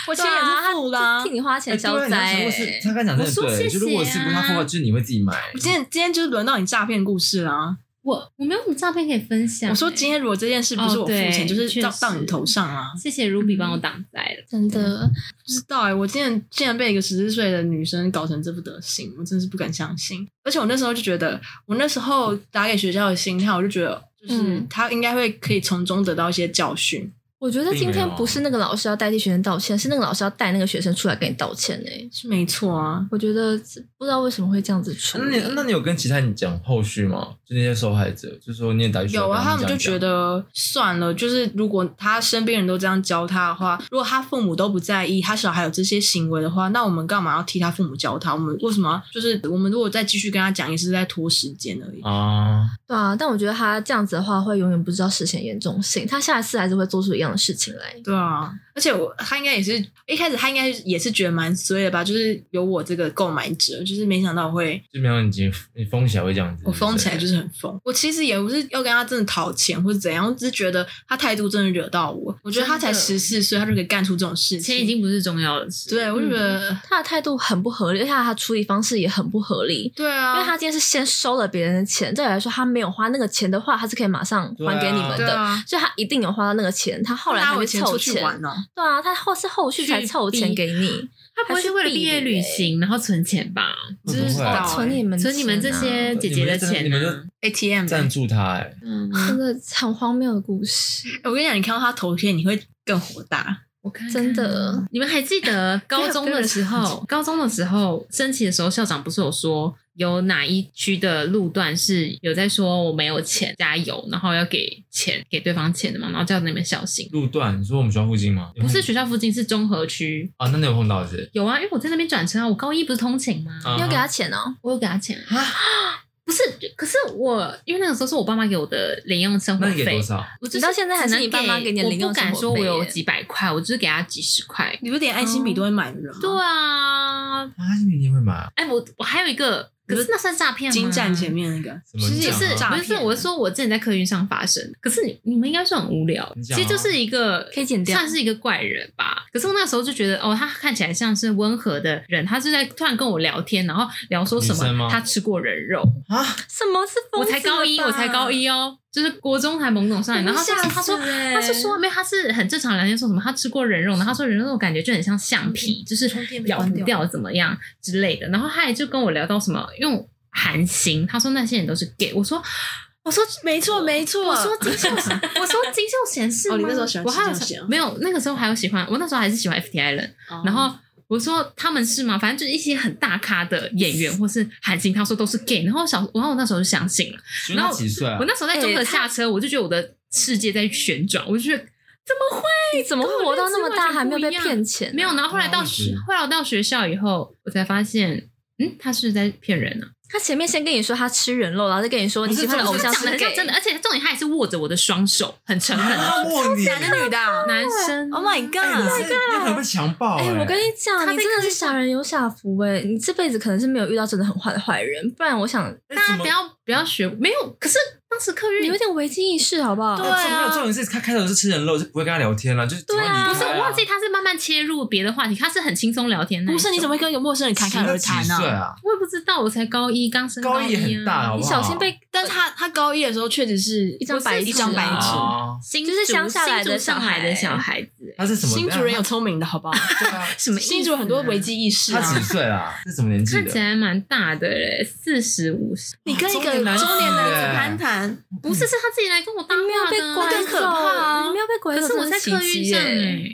我钱对也啊，是他付啦。替你花哎钱啊消对，灾、你要想如果是他刚讲真我的说谢对，谢就如果是不是他啊付，就是你会自己买。今天今天就是轮到你诈骗故事啦，我我没有什么照片可以分享、我说欸今天如果这件事不是我付钱，哦对就是到确实到你头上啊。谢谢 Ruby 帮我挡灾了，真的，不知道哎、我竟然竟然被一个十四岁的女生搞成这副德行，我真是不敢相信。而且我那时候就觉得，我那时候打给学校的心态，我就觉得，就是嗯他应该会可以从中得到一些教训。我觉得今并天没有不是那个老师要代替学生道歉，是那个老师要带那个学生出来跟你道歉呢、是没错啊，我觉得不知道为什么会这样子处那理你。那你有跟其他人讲后续吗？就那些受害者，就说你也打去学校有啊，跟他们讲就一讲觉得算了，就是如果他身边人都这样教他的话，如果他父母都不在意他小孩有这些行为的话，那我们干嘛要替他父母教他？我们为什么要就是我们如果再继续跟他讲，也是在拖时间而已。啊，对啊，但我觉得他这样子的话，会永远不知道事情的严重性，他下一次还是会做出一样的事情来。对啊，而且我他应该也是一开始他应该也是觉得蛮衰的吧，就是有我这个购买者，就是没想到我会就没有你今你疯起来会这样子，我疯起来就是是很疯。我其实也不是要跟他真的讨钱或者怎样，我只是觉得他态度真的惹到我。我觉得他才真十的四岁，他就可以干出这种事情，钱已经不是重要的事。对我嗯就觉得、他的态度很不合理，而且他处理方式也很不合理。对啊，因为他今天是先收了别人的钱，再来说他没有花那个钱的话，他是可以马上还给你们对的，啊。所以他一定有花到那个钱。他后来拿才我去钱出凑去玩哦，对啊，他后是后续才凑钱给你，他不会是为了毕业旅行然后存钱吧？不知会道啊欸哦存你们、存你们这，些姐姐的钱、啊，你们就真的 ATM 欸、赞助他哎，嗯，真的很荒谬的故事。我跟你讲，你看到他头贴，你会更火大。我看看真的，你们还记得高中的时不要不候，高中的时候升旗的时候，校长不是有说有哪一区的路段是有在说我没有钱加油，然后要给钱给对方钱的嘛，然后叫你们小心。路段，你说我们学校附近吗？不是学校附近，是中和区。啊，那你有碰到是？有啊，因为我在那边转车啊，我高一不是通勤吗？啊你要给他钱哦，我有给他钱啊。 (gasps) 不是，可是我因为那个时候是我爸妈给我的零用生活啊那你给费多，少？我就是你到现在还是你爸妈只能给你的零用生活费我不敢说我有几百块，我就是给他几十块。你不是连爱哦心笔都会买的人吗？对啊，啊，你你会买啊？哎，我我还有一个，可是那算诈啊骗吗？金站前面那个，什么其实你也讲是啊诈不是？骗啊我是说我之前在客运上发生，可是你你们应该算很无聊，你其讲啊实就是一个可以剪掉算是一个怪人吧。可是我那时候就觉得，哦，他看起来像是温和的人，他就在突然跟我聊天，然后聊说什女生吗么他吃过人 (laughs) 肉， (laughs) 什么是疯我子才高一，吧我才高，一哦，就是国中还懵懂少年。然后他说他说他是嗯说没有，他是很正常的聊天，说什么他吃过人肉，然后他说人肉我感觉就很像橡皮，嗯就是咬不掉怎么样之类的。然后他也就跟我聊到什么用韩星，他说那些人都是 gay，我说。我说没错没错我说金秀 (laughs) 贤，我说金秀贤是啊吗？哦你那时候喜欢我还有金秀贤啊没有？那个时候还有喜欢，我那时候还是喜欢 FTI 人。哦哦然后我说他们是吗？反正就是一些很大咖的演员或是韩星，他说都是 gay。然后我想，然后我那时候就相信了。请问他然后几岁啊我？那时候在哎中和下车，我就觉得我的世界在旋转，我就觉得怎么会你怎么会活到那么大还没有被骗钱、没有？然后后来到学嗯，后来我到学校以后，我才发现，嗯，他是在骗人啊！他前面先跟你说他吃人肉，然后再跟你说你不是喜欢的这偶不是像长得是很像 gay，真的，而且重点他还是握着我的双手，很诚恳的。啊，我你，男的女的啊男生？Oh 哦 my 哎你 god！是你可能被强暴哎、哎！我跟你讲，他你在真的看是一傻下人有傻福哎、你这辈子可能是没有遇到真的很坏的坏人，不然我想哎大家不要不要学，没有。可是当时客你运有点危机意识好不好？对哎这没有啊重点是他开头是吃人肉，就不会跟他聊天了，就是对啊不是我忘记他是慢慢切入别的话题，他是很轻松聊天那一不种。是，你怎么会跟一个陌生人侃侃而谈呢？呢、几岁啊？我也不知道，我才高一，刚升高一一很大，好你不好？小心被但是他他高一的时候确实是一张白纸啊一张白纸。啊！新就是乡下来的新竹上海的小小孩孩子，他是什么？新主人有聪明的好不好？对啊 (laughs) 什么意思新主人很多啊危机意识他几啊。岁啊？是什么年纪看起的？来蛮大的嘞，四十五十，你跟一中个年男子中年男子攀谈，不是是他自己来跟我搭没有话被的啊，拐更走，可怕啊你没有被拐可走，是我在真客的奇运迹上耶、哎，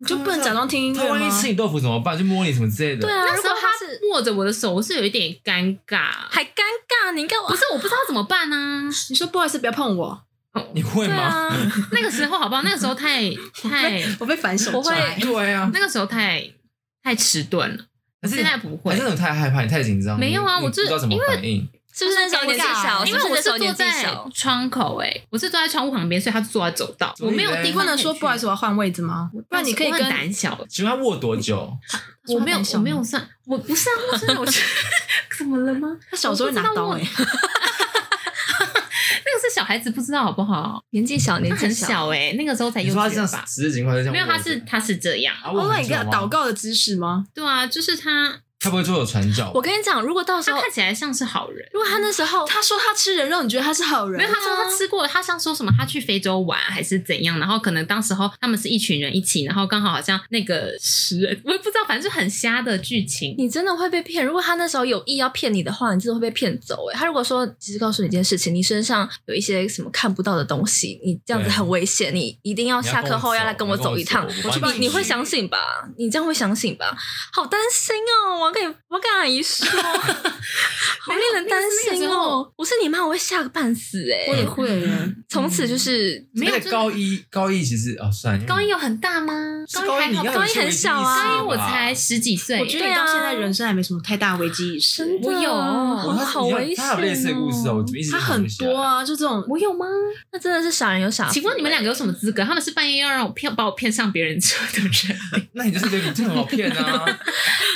你就不能假装听音他乐万一吗？吃你豆腐怎么办？就摸你什么之类的？对啊，那如时果候他是握着我的手，我是有一点尴尬，还尴尬，你应该不是我不知道怎么办啊呢。你说不好意思，不要碰我，你会对吗？啊，那个时候好不好？那个时候太 (laughs) 太，我被反手我会抓。对啊，那个时候太太迟钝了，还是现在不会还是。你太害怕，你太紧张？没有啊你你我不就知道怎么反应。是不是那时候年纪小？因是为不是我那时候坐年纪在小？窗口哎、我是坐在窗户旁边，所以他是坐在走道，所以我没有嘞地你不方能可以说去不好意思，我要换位置吗？不然你可以我很跟胆小，请问他握多久？我没有他说他胆小我没有算，我不是啊，我真的我是 (laughs) 怎么了吗？他小时候会拿刀我哎不，那个是小孩子不知道好不好？年纪小，年他纪很小哎、那个时候才你幼说他这稚样园吧？十指情况是这样握着？没有，他是他是这样。啊 Oh my god！祷告告的姿势吗？对啊，就是他，他不会做有传教吧？我跟你讲，如果到时他候看起来像是好人。如果他那时候他说他吃人肉，你觉得他是好人？没有，他说他吃过，他像说什么，他去非洲玩还是怎样，然后可能当时候他们是一群人一起，然后刚好好像那个食人，我也不知道，反正就很瞎的剧情。你真的会被骗。如果他那时候有意要骗你的话，你真的会被骗走、欸。哎，他如果说只是告诉你一件事情，你身上有一些什么看不到的东西，你这样子对很危险，你一定要你要下跟课我后要走来跟你我要跟走我一走趟我。我帮去你你会去相信吧？你这样会相信吧？好担心哦！我要跟你，我要跟阿姨说，好令人担 (laughs) 那个心时候哦。我是你妈，我会吓个半死哎、我也欸。会耶。从此就是没有那就个是高一高一其实哦，算了高一有很大吗？是高一一你还好，应该高一有去很危机小啊意识高一我吧才十几岁，我觉得你对啊到现在人生还没什么太大危机意识。我有我哇他啊好你有危险、他有类似的故事哦，我怎么一直他想很不起来多，啊，就这种我有吗？那真的是傻人有傻福欸。啊请问你们两个有什么资格？他们是半夜要让我骗，把我骗上别人车的人。那你就是个你真的很好骗啊， (laughs)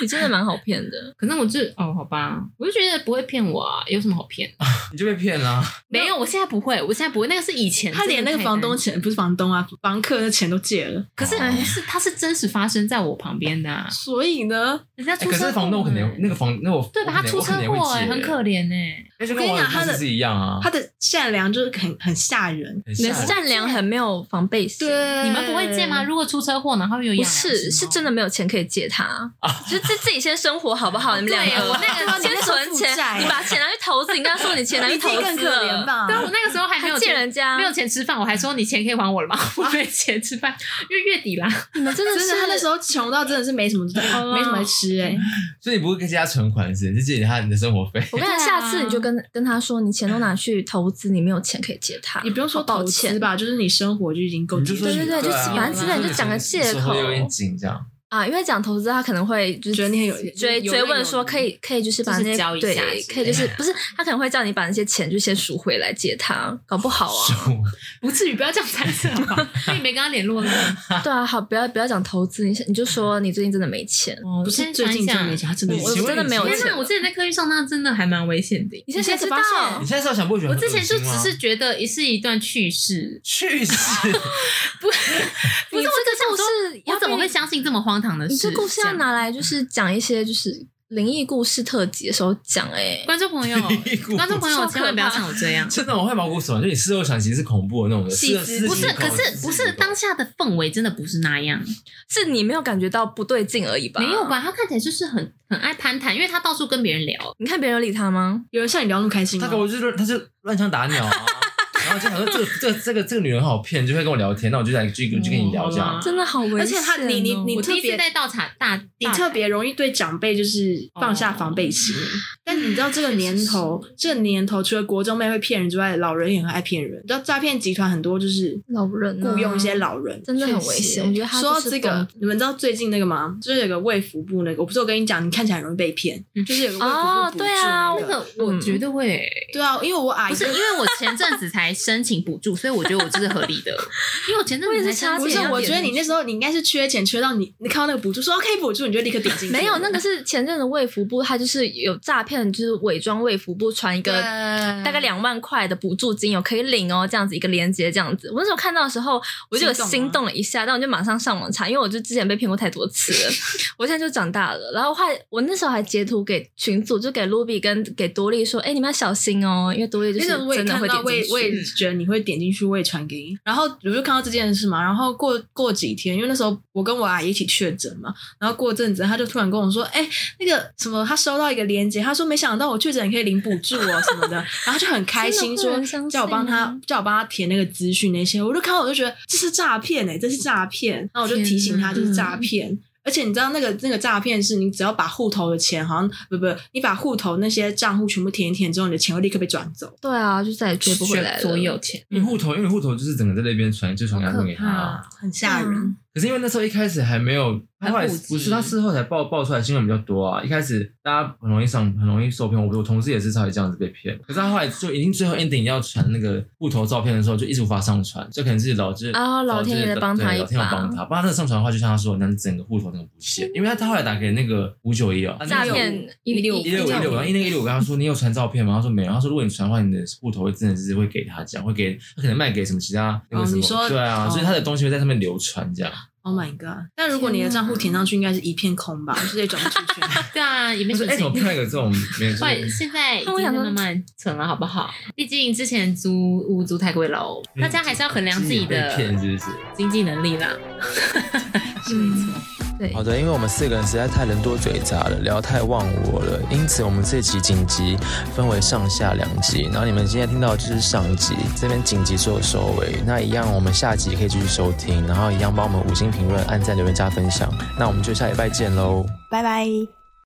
你真的蛮好骗的。 (laughs) 可能我就哦，好吧，我就觉得不会骗我啊，有什么好骗？你就被骗啊啦。 (laughs) 没有，我现在不会，我现在不会，那个是以前。他连那个真的太房东担心，钱不是房东啊，房客的钱都借了，可是哎不是，他是真实发生在我旁边的啊，所以呢，人家欸出可车是祸。嗯房东可能那个房那我对吧？他出车祸哎，很可怜，怜哎。那欸就我跟跟你我的讲他故的事是一样哦啊。他的善良就是很很吓人。很你的吓人善良很没有防备心。对，你们不会借嗯吗？？如果出车祸，然后有不养是，是真的的。没有钱可以借他，就是自自己先生活好不 (laughs) 好？你们两对个，哦 (laughs) 我那个先存你那时候负债钱，你把钱拿去投资，你跟他说你钱拿去你自己投更资可怜了，吧？但我那个时候还没有还钱借人家，没有钱吃饭，我还说你钱可以还我了吗？ (laughs) 我没钱吃饭，因为月底啦。你们真的啊真是的，他那时候穷到真的是没什么，没什么吃哎。嗯所以你不会跟他存款是，你是借他你的生活费。我跟你对讲，啊下次你就跟跟他说，你钱都拿去投资，你没有钱可以借他，也不用说好抱投资歉吧，就是你生活就已经够你拮就据说了。对对对对就啊，是反正你就讲个借口手头有点紧这样。啊，因为讲投资他可能会就是觉得你很有追有追那问种说可以可以就是把就是那交些一下之类对的可以就是不是他可能会叫你把那些钱就先赎回来借他，搞不 (laughs) 好啊。不至于，不要这样猜测好吧？那你没跟他联络了吗？对啊，好，不要不要讲投资，你你就说你最近真的没钱。哦不是最近真的没钱，他真的你没我请问真的你没有现天在钱哪，我之前在客运上那真的还蛮危险的。你现在才你现在才知发道，现你现在是要想不会觉得我很恶之心吗前就只是觉得也是一段趣事，去死，不你是我这只想个故说事要我怎么被会相信这么荒唐的事？你这故事要样拿来就是讲一些就是灵异故事特辑的时候讲哎、观众朋友，观众朋友超可怕千万不要像我这样。 (laughs) 真的我会毛骨悚然，就你事后想其实是恐怖的那种的，细事思事情不是，恐可怖是不是当下的氛围真的不是那样，是你没有感觉到不对劲而已吧？没有？吧？他看起来就是很很爱攀谈，因为他到处跟别人聊。你看别人有理他吗？有人像你聊那么开心他吗跟？我就是乱他是乱枪打鸟啊，然后就想说这个这个这个这个女人好骗，就会跟我聊天，那我就来就就跟你聊这哦样。真的好危险、哦！而且他你你你我第一特别次在倒茶大，你大特别容易对长辈就是放下防备心，哦 (laughs) 但你知道这个年头，这个年头除了国中妹会骗人之外，老人也很爱骗人。你知道诈骗集团很多就是老人啊雇佣一些老人，真的很危险我觉得他说到就是这个疯，你们知道最近那个吗？就是有个卫福部那个，我不是我跟你讲，你看起来很容易被骗嗯，就是有个卫福部哦补助对啊那那个个我嗯绝对会。对啊，因为我阿不姨是，因为我前阵子才申请补助，所以我觉得我这是合理 (laughs) 的。因为我前阵子才申我不也是差请，点我觉得你那时候你应该是缺钱缺到你你看到那个补助说可以补助，你就立刻点进去。没有，那个是前阵子卫福部，他就是有诈骗，就是伪装卫福部传一个对大概两万块的补助金，有可以领哦，这样子一个链接这样子。我那时候看到的时候，我就有心动吗心动了 (laughs) 一下，但我就马上上网查，因为我就之前被骗过太多次了，我现在就长大了。然后后来我那时候还截图给群组，就给 Ruby 跟给多利说，哎、你们要小心哦，因为多利就是因为我也真的看会到，点我也进我也去。嗯觉得你会点进去，我也传给你。然后我就看到这件事嘛，然后过过几天，因为那时候我跟我阿姨一起确诊嘛，然后过阵子他就突然跟我说：“哎、那个什么，他收到一个链接，他说没想到我确诊也可以领补助哦什么 (laughs) 的。”然后就很开心真的会有说人相信叫我帮他吗叫我帮他填那个资讯那些，我就看到我就觉得这是诈骗哎，这是诈骗。然后我就提醒他天哪这是诈骗。而且你知道那个那个诈骗是你只要把户头的钱，好像不不，你把户头那些账户全部填一填之后，你的钱会立刻被转走。对啊，就再也追不回来了。所有钱。因为户头，因为户头就是整个在那边传，就传两份给他。很吓嗯人。可是因为那时候一开始还没有，他后来很普及不是他事后才爆爆出来新闻比较多啊。一开始大家很容易上，很容易受骗。我我同事也是差点这样子被骗。可是他后来就已经最后 ending 要传那个户头照片的时候，就一直无法上传，这可能是老就是啊老天爷对帮他一把老天爷帮他，帮他真的上传的话，就像他说的，那整个户头那个不见，因为他他后来打给那个五九一哦，他诈那个骗一六一六，然后一六六一六，我跟他说你有传照片吗？他说没有。他说如果你传的话，你的户头会真的是会给他这样，会给他可能卖给什么其他那哦个什么，你说对啊，哦所以他的东西会在上面流传这样。 Oh my god！但如果你的账户填上去，应该是一片空吧？就是也转不出去。 (laughs) 对啊，也没 (laughs) 我什说么哎，怎么钱。碰到一个这种没 (laughs) 有？快，现在已经我在想说慢慢存了，好不好？毕竟之前租屋租太贵了哦，大家还是要衡量自己嗯被骗的是不是？经济能力啦。对，好的，因为我们四个人实在太人多嘴杂了，聊太忘我了，因此我们这期紧急分为上下两集。然后你们今天听到的就是上集，这边紧急做收尾。那一样，我们下集可以继续收听，然后一样帮我们五星评论、按赞、留言、加分享。那我们就下礼拜见喽。拜拜。